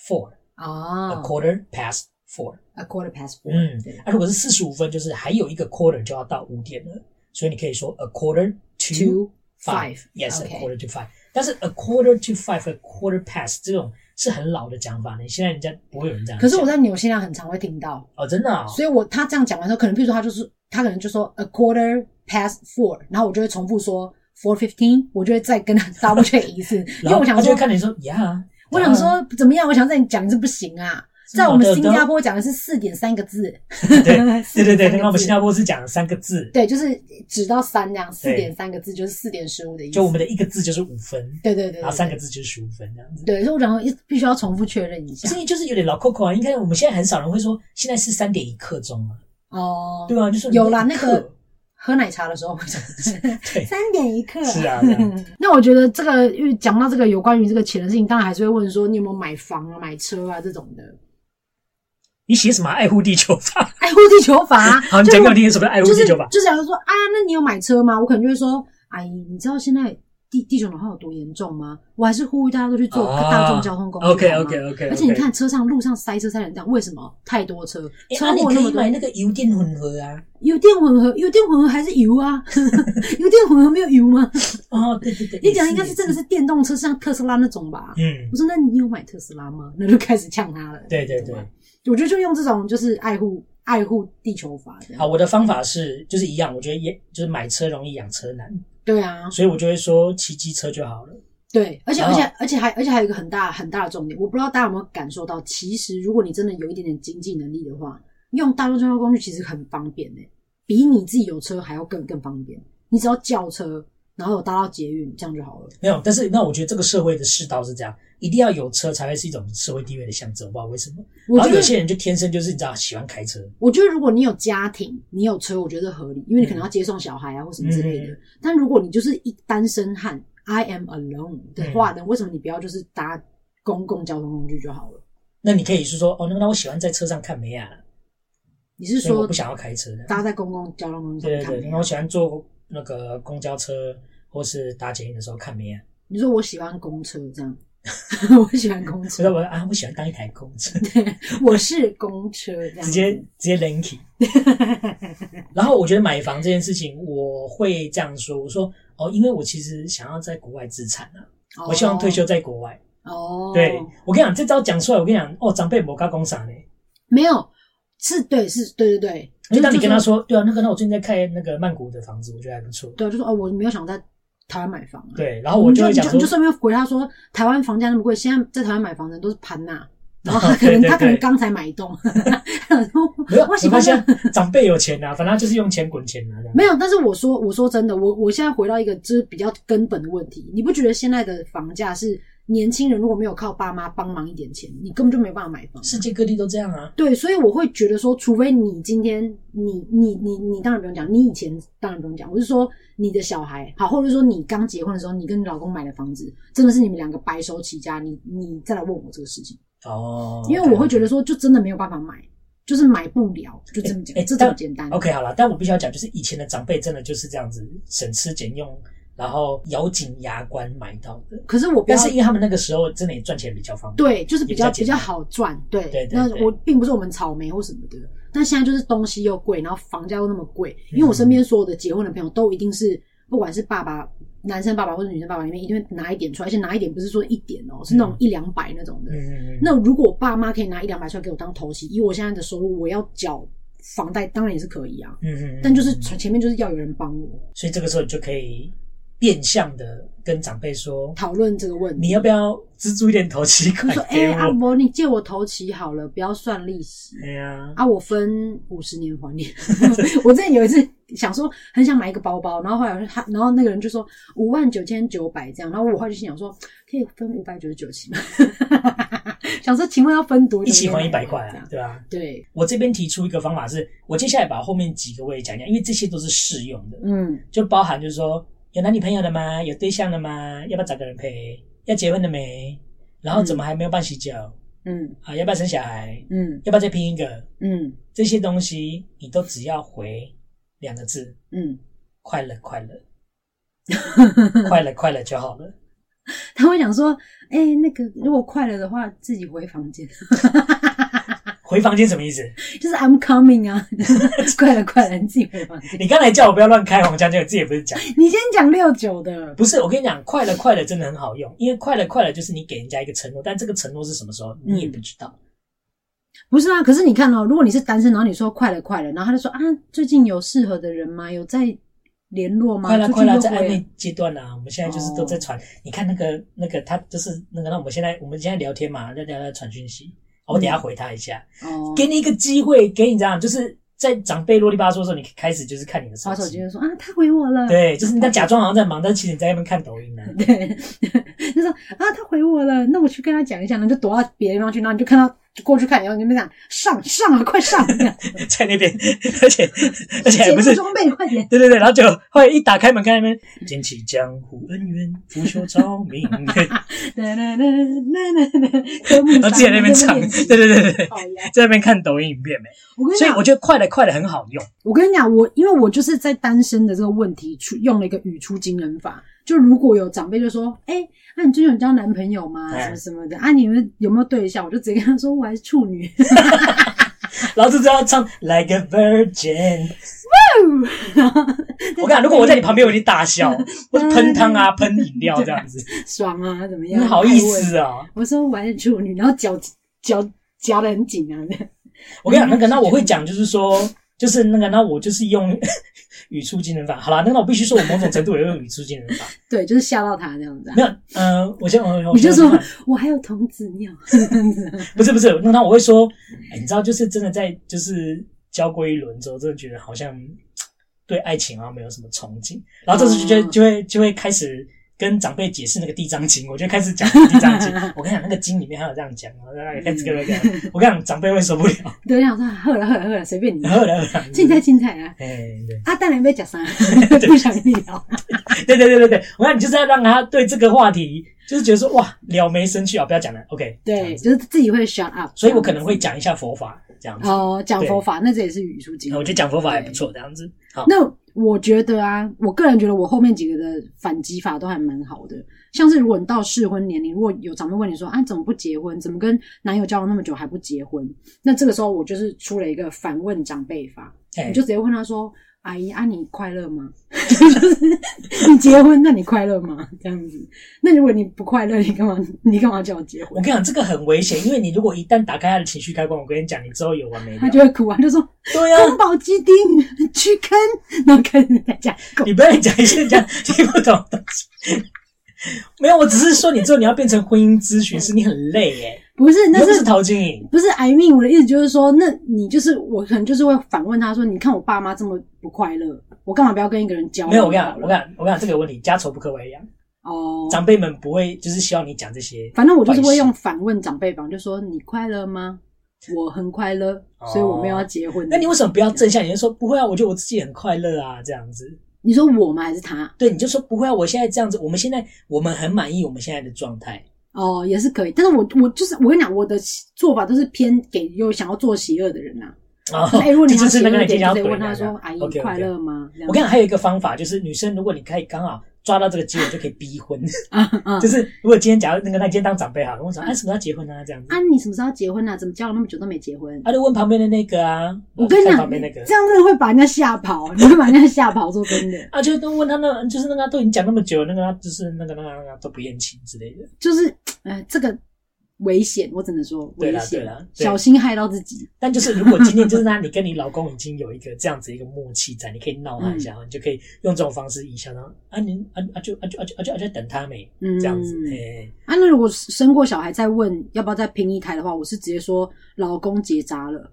four，a
哦
呃 quarter past four。
，a quarter past four，
嗯
对，
那、如果是四十五分，就是还有一个 quarter 就要到五点了，所以你可以说 a quarter to
，two
five。Yes, a
OK
quarter to five。但是 a quarter to five, a quarter past 这种是很老的讲法呢，现在人家不会有人这样讲。
可是我在纽西兰很常会听到，
哦，真的啊、
所以我他这样讲完之后，可能譬如说他就是他可能就说 a quarter past four，然后我就会重复说 four fifteen，我就会再跟他 double check 一 次，因为
然后
我想
他就
说
会，看你说，Yeah，
我想说怎么样？我想再讲一次不行啊，
是
在我们
的
新
的
加坡讲的是四点三个字，
对对对对，
4.3
刚
个
刚我们
字
新加坡是讲了三个字，
对，就是只到三这样，四
对
点三个字就是四点十五的意思，
就我们的一个字就是五分，
对对对，
然后三个
字，
字就是十五分这样子。
对，所以我想说一必须要重复确认一下
所以就是有点老 Coco 啊，应该我们现在很少人会说现在是三点一刻钟啊，
哦，
对啊，就是
有啦
一
那个
刻
喝奶茶的时候会讲
对
三点一刻，
是啊， 是啊
那我觉得这个，因为讲到这个有关于这个钱的事情，当然还是会问说你有没有买房啊、买车啊这种的。
你写什么爱护地球法？，
爱护地球法啊
好，你
就
讲
是
给我听，什么是爱护
就是
地球法？
就是假如说啊，那你有买车吗？我可能就会说，阿姨，你知道现在地地球暖化有多严重吗？我还是呼吁大家都去坐
啊
大众交通工具。
OK
好吗
OK OK，
而且你，看车上路上塞车塞成这样，为什么？太多车，
哎，
车
那你
祸
可
那
以
么多
买。那个油电混合啊。
油电混合，油电混合还是油啊？ 油电混合没有油吗？
哦，对对对，
你讲的应该是真的
是，
是电动车，像特斯拉那种吧？
嗯，
我说：“那你有买特斯拉吗？” 那就开始呛他了。
对对对。
我觉得就用这种就是爱护爱护地球法这
好，
样。
我的方法是就是一样，我觉得也就是买车容易养车难，
对啊，
所以我就会说骑机车就好了。
对，而且
然
而
后
且而且还而且还有一个很大很大的重点，我不知道大家有没有感受到，其实如果你真的有一点点经济能力的话，用大众交通工具其实很方便诶、欸比你自己有车还要更更方便。你只要叫车，然后有搭到捷运，这样就好了。
没有，但是那我觉得这个社会的世道是这样，一定要有车才会是一种社会地位的象征，我不知道为什么。
我
然
觉
后有
得
些人就天生就是你知道喜欢开车，
我觉得如果你有家庭，你有车，我觉得合理，因为你可能要接送小孩啊或什么之类的。
嗯
但如果你就是一单身汉，I am alone 的
嗯
话呢，为什么你不要就是搭公共交通工具就好了？
那你可以是说哦，那那我喜欢在车上看美亚，
你是
所以我
说
不想要开车。
搭在公共交通工具
对
上
对对，
看
那我
吗？
喜欢坐那个公交车或是搭捷运的时候看美亚。
你说我喜欢公车这样， 我喜欢公
所以
车，
我啊，我喜欢当一台公车，
我是公车这样子，
直接直接 linky。然后我觉得买房这件事情，我会这样说，我说哦，因为我其实想要在国外资产啊，
哦
我希望退休在国外。
哦。
对我跟你讲，这招讲出来，我跟你讲，哦，长辈摩嘎工厂呢。
没有是对是对对对，
就当你
是
跟他说，对啊，那个，那我最近在看那个曼谷的房子，我觉得还不错。
对，就说哦，我没有想在台湾买房啊。
对，然后哦我
你
就
就
会
你
讲
就
说
你就，顺便回他说，台湾房价那么贵，现在在台湾买房的人都是盘 呐、然后他可
对
能
对
他可能
对
刚才买一栋，然后
没有，
我喜
没
欢
关
这
系
样
啊。长辈有钱呐、反正他就是用钱滚钱啊呐、这样
没有，但是我说我说真的，我我现在回到一个就是比较根本的问题，你不觉得现在的房价是年轻人如果没有靠爸妈帮忙一点钱，你根本就没办法买房。
世界各地都这样啊。
对，所以我会觉得说，除非你今天你你你你当然不用讲，你以前当然不用讲，我是说你的小孩好，或者说你刚结婚的时候，你跟你老公买的房子，真的是你们两个白手起家，你你再来问我这个事情，
哦，
因为我会觉得说，就真的没有办法买，就是买不了，就这么
哎
讲，
哎
就这么简单。
OK，好了，但我必须要讲，就是以前的长辈真的就是这样子省吃俭用，然后咬紧牙关买到的。
可是我不
但
要
是因为他们那个时候真的也赚钱比较方便，
对，就是比较
也比较
比
简单
较好赚，对。
对对
那
对
我并不是我们草莓或什么的，但现在就是东西又贵，然后房价又那么贵，
嗯
因为我身边所有的结婚的朋友都一定是，不管是爸爸。男生爸爸或者女生爸爸里面一定会拿一点出来，而且拿一点不是说一点哦，是那种一两百那种的。
嗯嗯，嗯嗯，
那如果我爸妈可以拿一两百出来给我当头期，以我现在的收入，我要缴房贷当然也是可以啊。
嗯嗯嗯，
但就是前面就是要有人帮我，
所以这个时候你就可以变相的跟长辈说，
讨论这个问题。
你要不要资助一点头期款
就说：“
给
哎、
我？
阿伯，你借我头期好了，不要算利息
哎呀，
啊，我分五十年 还你。”我之前有一次想说很想买一个包包，然后后来我就他，然后那个人就说五万九千九百这样，然后我后来就心想说可以分五百九十九期吗？ 想说请问要分多久？
一起还一百块
这样
啊，对吧、
对，
我这边提出一个方法是，我接下来把后面几个我也讲一讲，因为这些都是适用的，
嗯
就包含就是说有男女朋友的吗？有对象了吗？要不要找个人陪？要结婚了没？然后怎么还没有办喜酒？
嗯
啊，要不要生小孩？
嗯
要不要再拼一个？
嗯
这些东西你都只要回两个字：
嗯，
快乐，快乐， 快乐，快乐就好了。
他会想说：“哎、那个如果快乐的话，自己回房间，
回房间什么意思？
就是 I'm coming 啊， 快乐快乐，你自己回房间。”
你刚才叫我不要乱开黄腔，结果自己也不是讲。
你先讲六九的，
不是，我跟你讲，快乐快乐真的很好用，因为快乐快乐就是你给人家一个承诺，但这个承诺是什么时候你也不知道。
不是啊？可是你看哦，如果你是单身，然后你说快乐快乐，然后他就说啊，最近有适合的人吗？有在联络吗？
快乐快乐
出去
在
约
暧
会
昧阶段啊，我们现在就是都在传。
哦
你看那个那个他就是那个，那我们现在我们现在聊天嘛，在聊在传讯息，我等一下
嗯
回他一下，
哦，
给你一个机会，给你这样，就是在长辈啰里吧嗦的时候，你开始就是看你的手
滑手
机
机，就说啊，他回我了，
对，就是你在假装好像在忙，但其实你在那边看抖音呢、
对，就说啊，他回我了，那我去跟他讲一下，然后就躲到别的地方去，然后你就看到就过去看，然后你们讲上上啊，快上，这样
在那边，而且 而且还
解放
不是
装备，快点。
对对对，然后就后来一打开门，看那边“剑起江湖恩怨，拂袖照 明 月
哒哒哒哒哒哒，科目”，
然后自己在那边唱。对对对对，
好呀，
在那边看抖音影片没？
我跟你
所以
讲，
我觉得快的快的很好用。
我跟你讲，我因为我就是在单身的这个问题出用了一个语出惊人法，就如果有长辈就说，哎、那、你最近有交男朋友吗？
哎
什么什么的啊，你们有没有对象？我就直接跟他说我还是处女，
然后就知道唱 Like a Virgin。我跟你讲，如果我在你旁边，我一定大笑， 我就喷汤啊，喷饮料这样子，
爽啊，怎么
你
样？
好意
爱问？
思啊！
我说我还是处女，然后脚脚夹得很紧啊，这 样
我跟你讲，那个那我会讲，就是说，就是那个那我就是用 语出惊人法。好啦，那个我必须说，我某种程度也用语出惊人法。
对，就是吓到他这样子、啊
没。有，呃，我先我我
你就
先
说我还有童子尿，
不是不是，那那我会说，哎你知道，就是真的在就是交过一轮之后，真的觉得好像嘖对爱情好像没有什么憧憬，然后这时就觉得
哦
就会就会开始跟长辈解释那个地藏经，我就开始讲地藏 经。我跟你讲，那个经里面还有这样讲，然后那个开始跟那个，我跟你讲，长辈会受不了。
对，我想说喝了喝了喝了，随便你，
然 后呢，哎
青菜青菜啊，
对
啊，当然被夹伤， 不想跟你聊。
对对对对对，我看你就是要让他对这个话题，就是觉得说哇，了没生趣啊，不要讲了，OK，这
对，
样子
就是自己会 shut up。
所以我可能会讲一下佛法这样子，
哦，讲佛法，那这也是语出惊
我
人。
觉得讲佛法也不错，这样子。好，
那我觉得啊，我个人觉得我后面几个的反击法都还蛮好的，像是如果你到适婚年龄，如果有长辈问你说啊，怎么不结婚？怎么跟男友交往那么久还不结婚？那这个时候我就是出了一个反问长辈法，
哎
你就直接问他说。阿姨啊，你快乐吗？就是你结婚，那你快乐吗？这样子。那如果你不快乐，你干嘛？你干嘛叫我结
我
婚？
跟你讲，这个很危险，因为你如果一旦打开他的情绪开关，我跟你讲，你之后有完没了
他。就会哭啊，他就说
对呀、
宫保鸡丁、去坑，然后开始在讲狗。
你不要讲一些这样听不懂的东西。没有，我只是说你之后你要变成婚姻咨询师，你很累耶。
不是，
你
那
又不
是
是陶晶莹，
不是 I mean 我的意思就是说，那你就是我可能就是会反问他说，你看我爸妈这么不快乐，我干嘛不要跟一个人交往？
没有。我跟你讲，我跟你讲，我跟你讲，这个有问题家丑不可外扬。
哦，
长辈们不会就是希望你讲这些。
反正我就是会用反问长辈方，就说你快乐吗？我很快乐，所以我没有要结婚。
哦那你为什么不要正向？你就说不会啊，我觉得我自己很快乐啊，这样子。
你说我吗？还是他？
对，你就说不会啊，我现在这样子，我们现在我们很满意我们现在的状态。
哦，也是可以，但是我我就是我跟你讲，我的做法都是偏给有想要做喜恶的人呐、
啊
就是哎、如果你
这
要
就是
喜
那
恶
个
的
人
点，
要
就
怼
得问
人
他
啊
说：“阿姨
OK，OK
快乐吗？”这样
我跟你讲，还有一个方法，就是女生，如果你可以刚好抓到这个机会，就可以逼婚。
啊啊
就是如果今天假如那个那你今天当长辈好了，我想哎什么时候要结婚啊这样子，
啊，你什么时候结婚啊？怎么交往那么久都没结婚？
他就问旁边的那个啊，
我跟你
看
讲，
旁边那个
这样真的会把人家吓跑，你会把人家吓跑。说真的，
啊，就都问他那，就是那个都已经讲那么久，那个他就是那个那个那个都不厌情之类的，
就是，哎、这个危险，我只能说
对
危
啦对
险
啦，对
小心害到自己。
但就是如果今天就是那你跟你老公已经有一个这样子一个默契在，你可以闹他一下，你就可以用这种方式一下，然后啊你啊啊就啊就啊就啊就啊就等他没
嗯，
这样子，哎、
啊，那如果生过小孩再问要不要再拼一胎的话，我是直接说老公结扎了，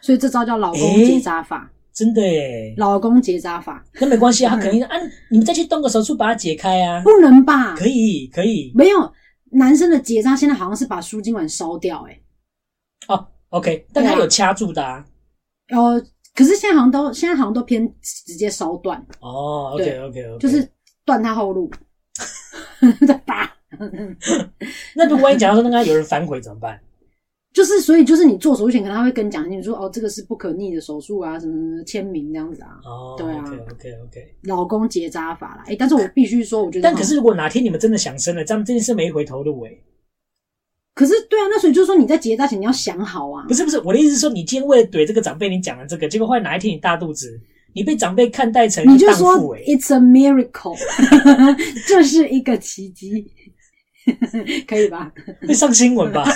所以这招叫老公
诶
结扎法，
真的哎，
老公结扎法
那没关系啊，他肯定啊你们再去动个手术把它解开啊，
不能吧？
可以可以
没有男生的结扎现在好像是把输精管烧掉、欸，
哦，OK，但他
对啊
有掐住的啊，
然后呃可是现在好像都现在好像都偏直接烧断，
哦
对
，OK OK OK，
就是断他后路， 对吧？
那如果你假如说那个有人反悔怎么办？
就是所以就是你做手术前，可能他会跟你讲，你说哦，这个是不可逆的手术啊，什么什么签名这样子啊，
哦，
对啊
o k OK OK。
老公结扎法啦。哎、但是我必须说，我觉得，
但可是如果哪天你们真的想生了，这样这件事没回头路哎、
嗯可是对啊，那所以就是说你在结扎前你要想好啊
不，是不是，我的意思是说，你今天为了怼这个长辈，你讲了这个，结果后来哪一天你大肚子，你被长辈看待成
你就
荡
说
妇哎、
it's a miracle，这 是一个奇迹， 可以吧？
会上新闻吧？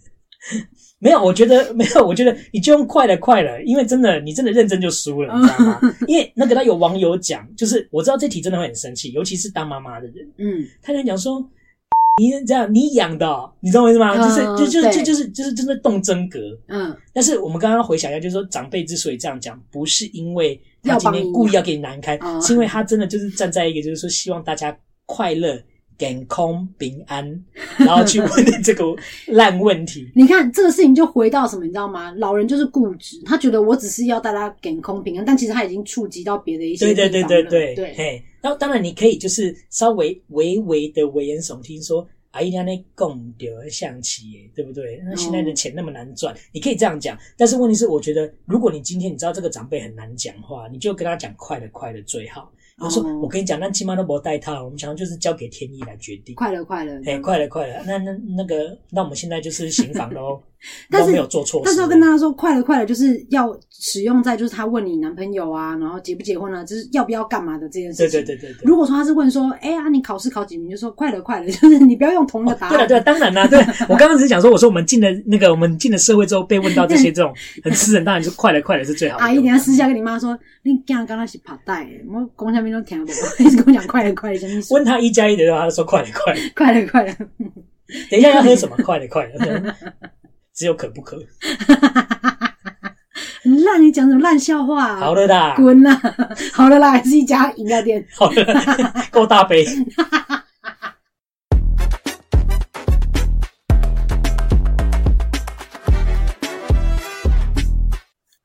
没有，我觉得没有，我觉得你就用快了快了，因为真的你真的认真就输了，你知道 吗？因为那个他有网友讲，就是我知道这题真的会很生气，尤其是当妈妈的人，
嗯，
他就讲说。你这样，你养的哦、你知道我意思吗？
嗯
就是，就就
对
就就是，就是真的动真格。
嗯，
但是我们刚刚回想一下，就是说长辈之所以这样讲，不是因为他
要
今
帮
天
你
故意要给你难堪，
嗯
是因为他真的就是站在一个就是说希望大家快乐、健康、平安，然后去问你这个烂问题。
你看这个事情就回到什么，你知道吗？老人就是固执，他觉得我只是要大家给空平安，但其实他已经触及到别的一些
对对
地
对
方了
对对
对
嘿，然后当然你可以就是稍微微微的危言耸听说。阿姨，他那供丢象棋耶，对不对？那现在的钱那么难赚，你可以这样讲。但是问题是，我觉得如果你今天你知道这个长辈很难讲话，你就跟他讲快的快的最好。我说
哦
我跟你讲，那起码都不带套，我们想要就是交给天意来决定。
快乐快乐，，
哎，快了快了，那那那个，那我们现在就是行房喽
但是
都没有做错事。
但是要跟大家说，快乐快乐就是要使用在就是他问你男朋友啊，然后结不结婚啊，就是要不要干嘛的这件事
对
情。
对对对对。
如果说他是问说，哎、呀、你考试考几名？就说快乐快乐， 就是你不要用同一个答案。
哦对了，对了，当然啦，对啊 我刚刚只是讲说，我说我们进了那个，我们进了社会之后，被问到这 些这种很私人，当然就是快了，快了是最好的。
阿姨，等一下私下跟你妈说，你刚刚刚那是跑带，我公下面都 听不懂，一直跟我讲快乐快乐，什么意思？
问他一加一的话，他说快了，快了。
快乐快乐，
等一下要喝什么？快了， 快了。只有可不可？
很烂，你讲什么烂笑话、啊？
好了啦，
滚啦！ 好了啦，还是一家饮料店。
好了， 够大杯。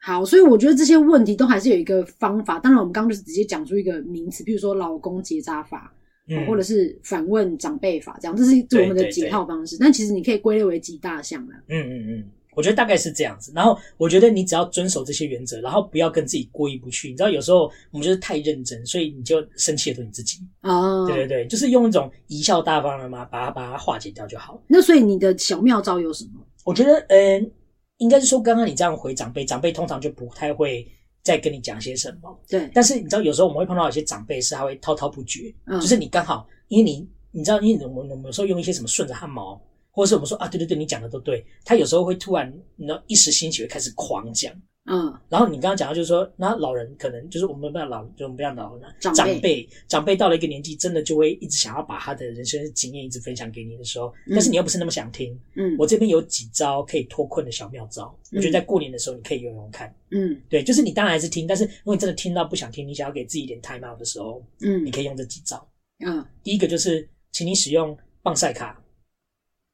好，所以我觉得这些问题都还是有一个方法。当然，我们刚刚就是直接讲出一个名词，比如说老公结扎法，
嗯
或者是反问长辈法，这样这是我们的
对对
解套方式。但其实你可以归类为几大项啦。
嗯嗯嗯，我觉得大概是这样子。然后我觉得你只要遵守这些原则，然后不要跟自己过意不去。你知道，有时候我们就是太认真，所以你就生气的都你自己。
哦，
对对对，就是用一种贻笑大方的嘛，把它把它化解掉就好。
那所以你的小妙招有什么？
我觉得，嗯、应该是说刚刚你这样回长辈，长辈通常就不太会再跟你讲些什么。
对，
但是你知道，有时候我们会碰到有些长辈是他会滔滔不绝，
嗯
就是你刚好，因为你你知道，因为我们我们有时候用一些什么顺着汗毛，或者是我们说啊，对对对，你讲的都对，他有时候会突然，你知道一时兴起会开始狂讲。
嗯，
然后你刚刚讲到就是说，那老人可能就是我们不要老，就我们不要老人啊，
长辈
长辈长辈到了一个年纪，真的就会一直想要把他的人生经验一直分享给你的时候，
嗯
但是你又不是那么想听。
嗯，
我这边有几招可以脱困的小妙招，
嗯
我觉得在过年的时候你可以用用看。
嗯
对，就是你当然还是听，但是如果你真的听到不想听，你想要给自己一点 time out 的时候，
嗯
你可以用这几招。
嗯，
第一个就是，请你使用棒晒卡，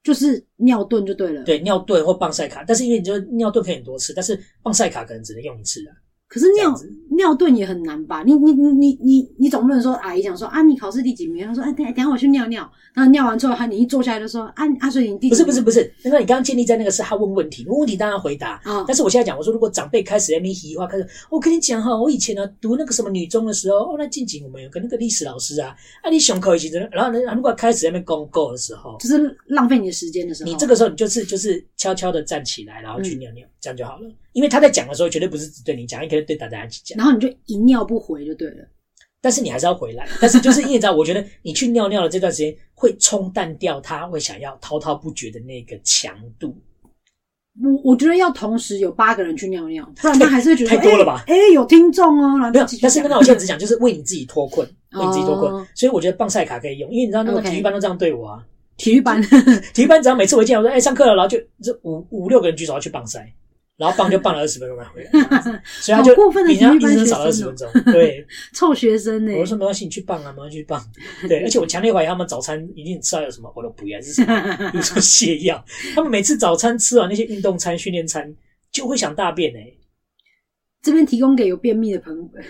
就是尿遁就对了。，
对尿遁或棒晒卡，但是因为你就尿遁可以很多次，但是棒晒卡可能只能用一次啊。
可是
这
尿
样子
尿遁也很难吧？你你你你你你总不能说阿姨讲说啊，你考试第几名？她说哎、等等下我去尿尿，然后尿完之后，她你一坐下来就说啊阿水你第
不
几
是
名
不是不是，那个你刚刚建立在那个是他问问题，问问题当然回答。
啊、
但是我现在讲，我说如果长辈开始在那边移话，开始，我跟你讲哈，我以前呢、读那个什么女中的时候，哦，那近景我们有个那个历史老师啊，啊，你上课一起的，然后呢，如果开始在那边公告的时候，
就是浪费你的时间的时候，
你这个时候你就是就是悄悄的站起来，然后去尿尿，这样就好了。因为他在讲的时候，绝对不是只对你讲，也可以对大家一起讲。
然后你就一尿不回就对了。
但是你还是要回来。但是就是因为你知道，我觉得你去尿尿的这段时间会冲淡掉他会想要滔滔不绝的那个强度。
我我觉得要同时有八个人去尿尿，不然他还是会觉得
太太多了吧
哎、哎有听众哦，然后
没
就
有
继，续
但是
讲
那个我现在只讲就是为你自己 脱困，为你自己脱困
哦。
所以我觉得棒赛卡可以用，因为你知道那个
OK
体育班都这样对我啊。
体育班
体育班只要每次我一进来，我说哎上课了，然后就这五五六个人举手要去棒赛，然后棒就棒了二十分钟才回来，这样子所以他就
好过分的
比人
体育
家
班
一直少
学
二十
生哦
分 钟。对，
臭学生呢、
我就说没关系，你去棒啊，没关系去棒。对，而且我强烈怀疑他们早餐一定吃到有什么，我都不要是什么， 比如说泻药。他们每次早餐吃完那些运动餐、训练餐，就会想大便哎、
这边提供给有便秘的朋友的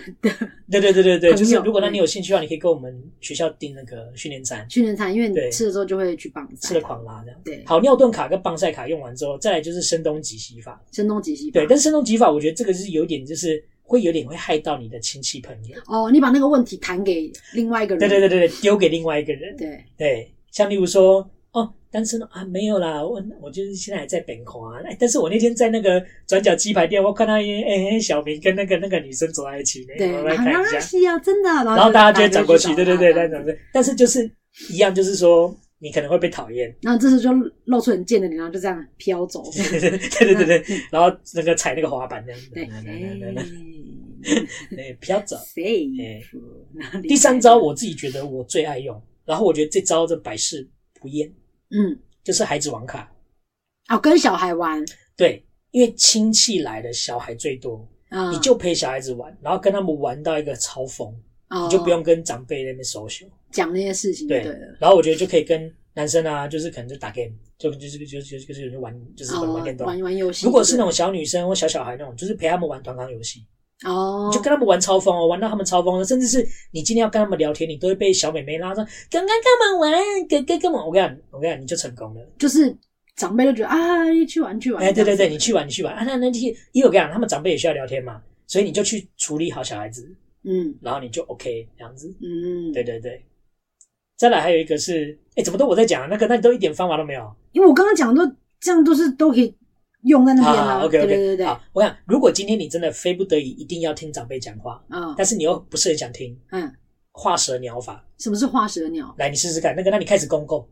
对对对对对，
朋
就是
友
如果那
嗯
你有兴趣的话，你可以跟我们学校订那个训练餐，
训练餐，因为你
对
吃了之后就会去绑
吃了狂拉这样。
嗯对
好，尿遁卡跟棒赛卡用完之后，再来就是声东击西法。
声东击西吧
对，但是声东击法，我觉得这个就是有点就是会有点会害到你的亲戚朋友。
哦，你把那个问题弹给另外一个人，
对对对对对，丢给另外一个人。
对，
对，像例如说，哦，单身啊，没有啦，我我就是现在还在本华、哎，但是我那天在那个转角鸡排店，我看到一哎、哎小明跟那个那个女生走在一起，哎
对，
我
然
来
后
看
啊
一下，
是啊，真的，然后
然后大家就会转过去，
去
对对对，大家转过去，但是就是一样，就是说你可能会被讨厌，
然后这时就露出很贱的脸，然后就这样飘 走，
对对对对对，然后那个踩那个滑板这样子，
对，哎
对，飘走。哎
safe，然后离开
第三招，我自己觉得我最爱用，然后我觉得这招这百试不厌，
嗯，
就是孩子王卡。
哦，跟小孩玩，
对，因为亲戚来的小孩最多，
啊，
你就陪小孩子玩，然后跟他们玩到一个超疯，
你
你就不用跟长辈那边 social。
哦讲那些事情，
哦嗯对
对了，，
然后我觉得就可以跟男生啊，就是可能就打 game，就就是就是就是就是玩，就是玩
哦
玩电，
玩
动。
玩游戏，
如果是那种小女生或小小孩那种，就是陪他们玩团康游戏，
哦，
就跟他们玩超疯哦，玩到他们超疯了，甚至是你今天要跟他们聊天，你都会被小美眉拉上，刚刚跟我们玩，哥哥跟我，我跟你讲，我跟你讲，你就成功了。
就是长辈就觉得啊，你去玩去玩，
哎，对对对，
这样
你去玩，你去玩啊！那那天，因为我跟你讲，他们长辈也需要聊天嘛，所以你就去处理好小孩子，
子，嗯
然后你就 OK 这样子。
嗯，
对，对对。再来还有一个是，哎，怎么都我在讲啊？那个，那你都一点方法都没有
因为我刚刚讲的都这样都是都可以用在那边啦，
？OK
嗯对
OK，
对对对，
啊好，我想，如果今天你真的非不得已一定要听长辈讲话，
啊，
但是你又不是很想听，
嗯，
画蛇鸟法，
什么是画蛇鸟
来你试试看。那个，那你开始公共，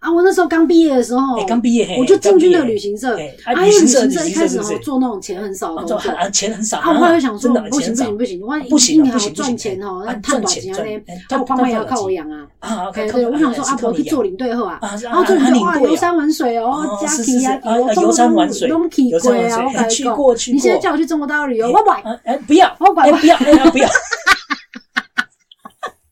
啊？我那时候刚毕业的时候
哎，，刚毕业，嘿
哦我就进
刚毕
去
业
那个旅行社，
哎
啊
啊
因为
旅行社
社
旅
一
行社
开
是
始
不是
哦做那种钱很少的
啊，
工
这
作，
很啊钱很少
啊，我后来想说
真的
不行
钱
不
少
行不行，我
不
一
行
定还
啊不
好
行不
赚
行
钱哦，
啊
探
赚
宝
钱
钱
赚
嘞
哎，
啊
赚
我爸妈也要
赚到
靠我
钱
养啊。
啊，
对
靠
对，我想说
啊
啊，
是靠
我
你
去做
养
领队后啊，
啊是
然后做领
啊
队
领
哇，
队啊
游山玩水哦
哦，
加
是
皮
是
啊，
啊
我
游山玩水
拢去
游
过
山玩水
啊，我
哎
跟
去
你讲
过去
你现在
过
叫我去中国大陆旅游，
哎
我买，
啊哎，不要，
我管
哎
吧
不要，哎不要，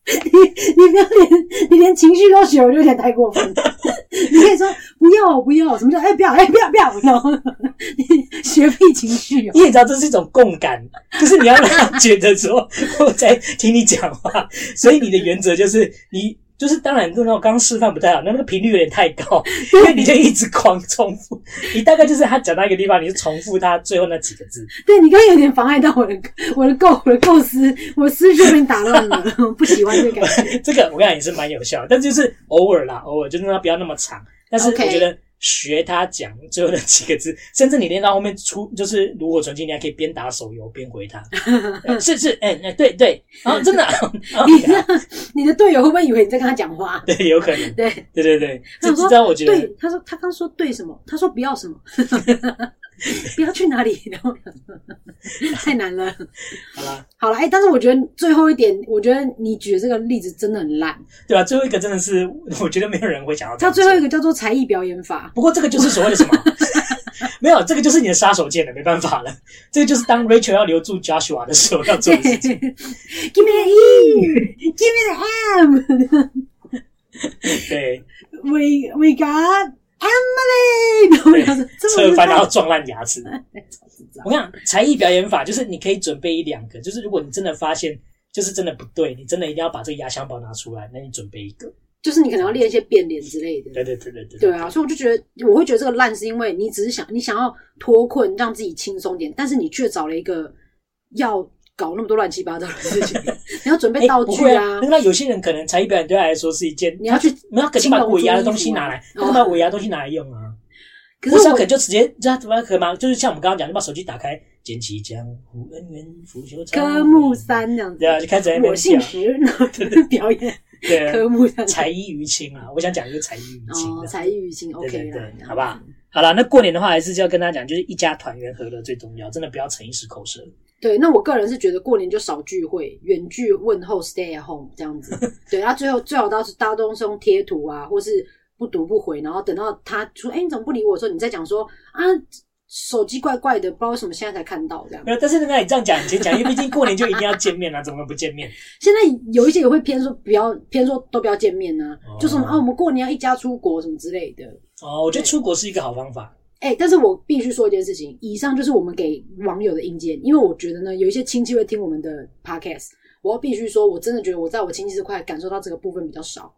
你 不要连你连情绪都学，我就有点太过分。 你可以说不要不要，什么叫哎不要哎不要不要，然后你学屁情绪哦。
因为你知道这是一种共感， 就是你要让他觉得说我在听你讲话，所以你的原则就是你。就是当然，那种刚刚示范不太好，那那个频率有点太高，因为你就一直狂重复，你大概就是他讲到一个地方，你就重复他最后那几个字。
对你刚刚有点妨碍到我的我的构我的构思，我的思绪被你打乱了， 我不喜欢这个感觉。
这个我跟你讲也是蛮有效的，但就是偶尔啦，偶尔就是让它不要那么长。但是我
OK
觉得学他讲最后那几个字，甚至你练到后面出就是炉火纯青，你还可以边打手游边 回他，呃是是，哎、哎对对，啊，真的，啊
你这样，你的队友会不会以为你在跟他讲话？
对，有可能，
对，
对对对，
他
这
说
这招我觉得
对，他说他刚说对什么？他说不要什么， 不要去哪里，然 后太难了。
好啦，
好了，哎、但是我觉得最后一点，我觉得你举的这个例子真的很烂。
对啊吧、最后一个真的是，我觉得没有人会想要这
他
样做
最后一个叫做才艺表演法，
不过这个就是所谓的什么？ 没有，这个就是你的杀手锏了，没办法了。这个就是当 Rachel 要留住 Joshua 的时候要做
对
的事情。
，Give me the E，Give me the M，
对，
We we got Emily，然后 我想说这
侧
么
翻然
烂
后撞烂牙齿。我跟你讲，才艺表演法就是你可以准备一两个，就是如果你真的发现就是真的不对，你真的一定要把这个压箱宝拿出来，那你准备一个。
就是你可能要练一些变脸之类的。
对对对对对。
对啊，所以我就觉得，我会觉得这个烂是因为你只是想你想要脱困，让自己轻松点，但是你却找了一个要搞那么多乱七八糟的事 情，你要准备
哎
道
不
具
会
啊，
那有些人可能才艺表演对他来说是一件，
你要去
没有，他肯定
青
把
龙
尾牙的
珠衣
东西
服啊
拿来，
哦
他把尾牙的东西拿来用啊。
可
我
是
想
我
可能就直接让他怎么可以吗？就是像我们刚刚讲，就把手机打开，捡起江湖恩怨拂袖长。
科目，三这样子
对，啊，就开始在那边
我姓
讲，
石，然后在那边表演
对啊，
科目三
才艺于情啊，我想讲一个才艺于情
哦，
的。
才艺与情 OK
对
啦
对
这样
好不好好了，那过年的话还是就要跟大家讲，就是一家团圆和乐最重要，真的不要逞一时口舌。
对，那我个人是觉得过年就少聚会，远距问候，stay at home 这样子。对，然后最后最好到是大家都是用贴图啊，或是不读不回，然后等到他说：“哎、你怎么不理我？”的时候，你再讲说：“啊，手机怪怪的，不知道为什么现在才看到这样。
没有，但是那你这样讲，你先讲，因为毕竟过年就一定要见面啊，怎么能不见面？”
现在有一些也会偏说不要偏说都不要见面呐、啊，就什么啊，我们过年要一家出国什么之类的。
哦，我觉得出国是一个好方法。
哎、但是我必须说一件事情，以上就是我们给网友的意见，因为我觉得呢，有一些亲戚会听我们的 podcast，我要必须说，我真的觉得我在我亲戚这块感受到这个部分比较少，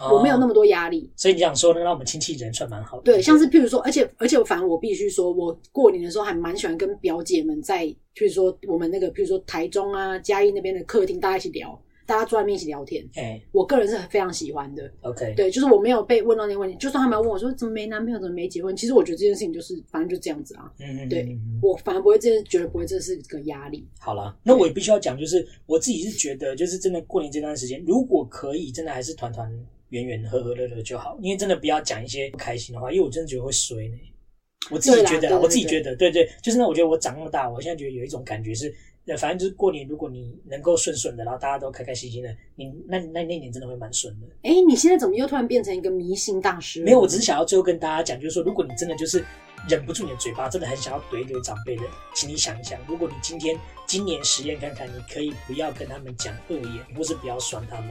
哦
我没有那么多压力。
所以你想说呢，让我们亲戚人算蛮好的。
对，像是譬如说，而且而且，我反正我必须说，我过年的时候还蛮喜欢跟表姐们在，譬如说我们那个，譬如说台中啊、嘉义那边的客厅，大家一起聊，大家坐在面一起聊天，
哎、
我个人是非常喜欢的。
o k
对，就是我没有被问到那个问题，就算他们要问我说怎么没男朋友，怎么没结婚，其实我觉得这件事情就是反正就这样子啊。
嗯，
对
嗯嗯
我反而不会这，觉得不会这是个压力。
好啦，那我也必须要讲，就是我自己是觉得，就是真的过年这段时间，如果可以，真的还是团团圆圆、和和乐乐就好，因为真的不要讲一些不开心的话，因为我真的觉得会衰呢。我自己
对啦
觉得
对
啊，
对
我自己
对
觉得，对对，就是那我觉得我长那么大，我现在觉得有一种感觉是，呃反正就是过年，如果你能够顺顺的，然后大家都开开心心的，你那那那一年真的会蛮顺的。
哎，你现在怎么又突然变成一个迷信大师了？
没有，我只是想要最后跟大家讲，就是说，如果你真的就是忍不住你的嘴巴，真的很想要怼给长辈的，请你想一想，如果你今天今年实验看看，你可以不要跟他们讲恶言，或是不要酸他们，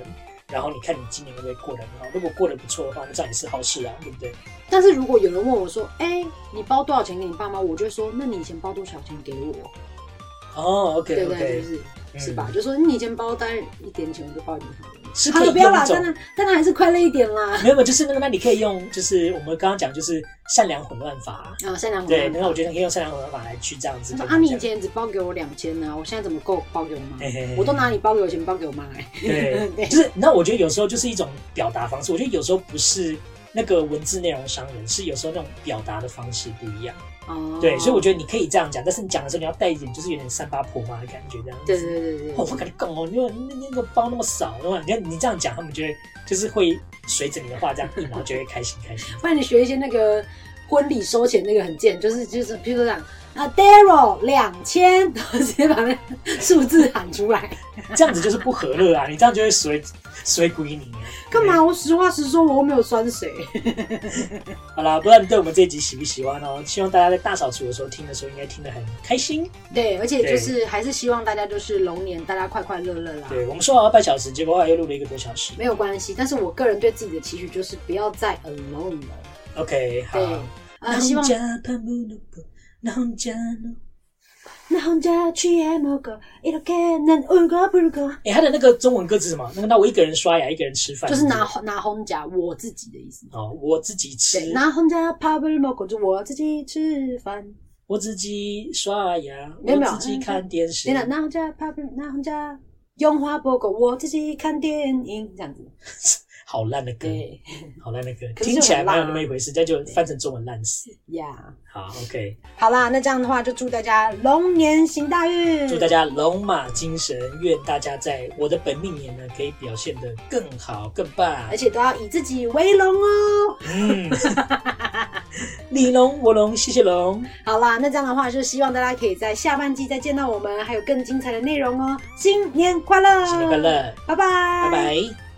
然后你看你今年会不会过得很好？如果过得不错的话，那这样也是好事啊，对不对？
但是如果有人问我说：“哎，你包多少钱给你爸妈？”我就会说：“那你以前包多少钱给我？”
哦，OK
对不对？
OK，
就是
嗯
是吧？就说你以前包单一点钱，我就包一点钱给你。
是
好
可以
了，不要
用一
啦，当
种
然，当然还是快乐一点啦。
没有，没有就是那个，那你可以用，就是我们刚刚讲，就是善良混乱法啊。
啊，善良
对，
我
那我觉得你可以用善良混乱法来去这样子
他
跟
说
他
啊，
们
你
讲。
以前只包给我两千啊呢，我现在怎么够包给我妈
嘿嘿嘿？
我都拿你包给我钱，包给我妈欸。
对，
对
就是那我觉得有时候就是一种表达方式，我觉得有时候不是那个文字内容伤人，是有时候那种表达的方式不一样。
哦，
对，所以我觉得你可以这样讲，但是你讲的时候你要带一点就是有点三八婆妈的感觉这样子。
对对对对
哦，我跟你讲哦，你那那个包那么少，对吧？你看你这样讲，他们就会就是会随着你的话这样应，然后就会开心开心。
不然你学一些那个婚礼收钱那个很贱，就是就是，譬如说这样啊，Daryl 两千， 然后直接把那个数字喊出来，
这样子就是不和乐啊，你这样就会随随归你。 啊
干嘛？我实话实说，我又没有酸谁。
好啦，不知道你对我们这一集喜不喜欢哦？希望大家在大扫除的时候听的时候，应该听得很开心。
对，而且就是还是希望大家就是龙年大家快快乐乐啦，
对我们说好要半小时，结果后来又录了一个多小时。
没有关系。但是我个人对自己的期许就是不要再 alone 了。
OK，好
对。，啊，希望那红家去也某个，一路看那五个不如个，
哎、他的那个中文歌词什么？那个，那我一个人刷牙，一个人吃饭，
就是拿
那个
拿红夹我自己的意思。
哦，我自己吃
对，，拿红夹 p a b l m o c 就我自己吃饭。
我自己刷牙，
没有没有
我自己看电视
你。了，那我家怕不，那我家用花博狗，我自己看电影这样子。
好烂的歌，
对
好烂的歌，
可是
听起来
就很烂
蛮
啊
有那么一回事，但就翻成中文烂死。
呀
好，OK，
好啦，那这样的话就祝大家龙年行大运，
祝大家龙马精神，愿大家在我的本命年呢，可以表现得更好更棒
而。且都要以自己为龙哦。
嗯，你龙我龙，谢谢龙，
好啦，那这样的话就希望大家可以在下半季再见到我们，还有更精彩的内容哦。新年快乐，
新年快，乐，
拜拜，拜
拜拜。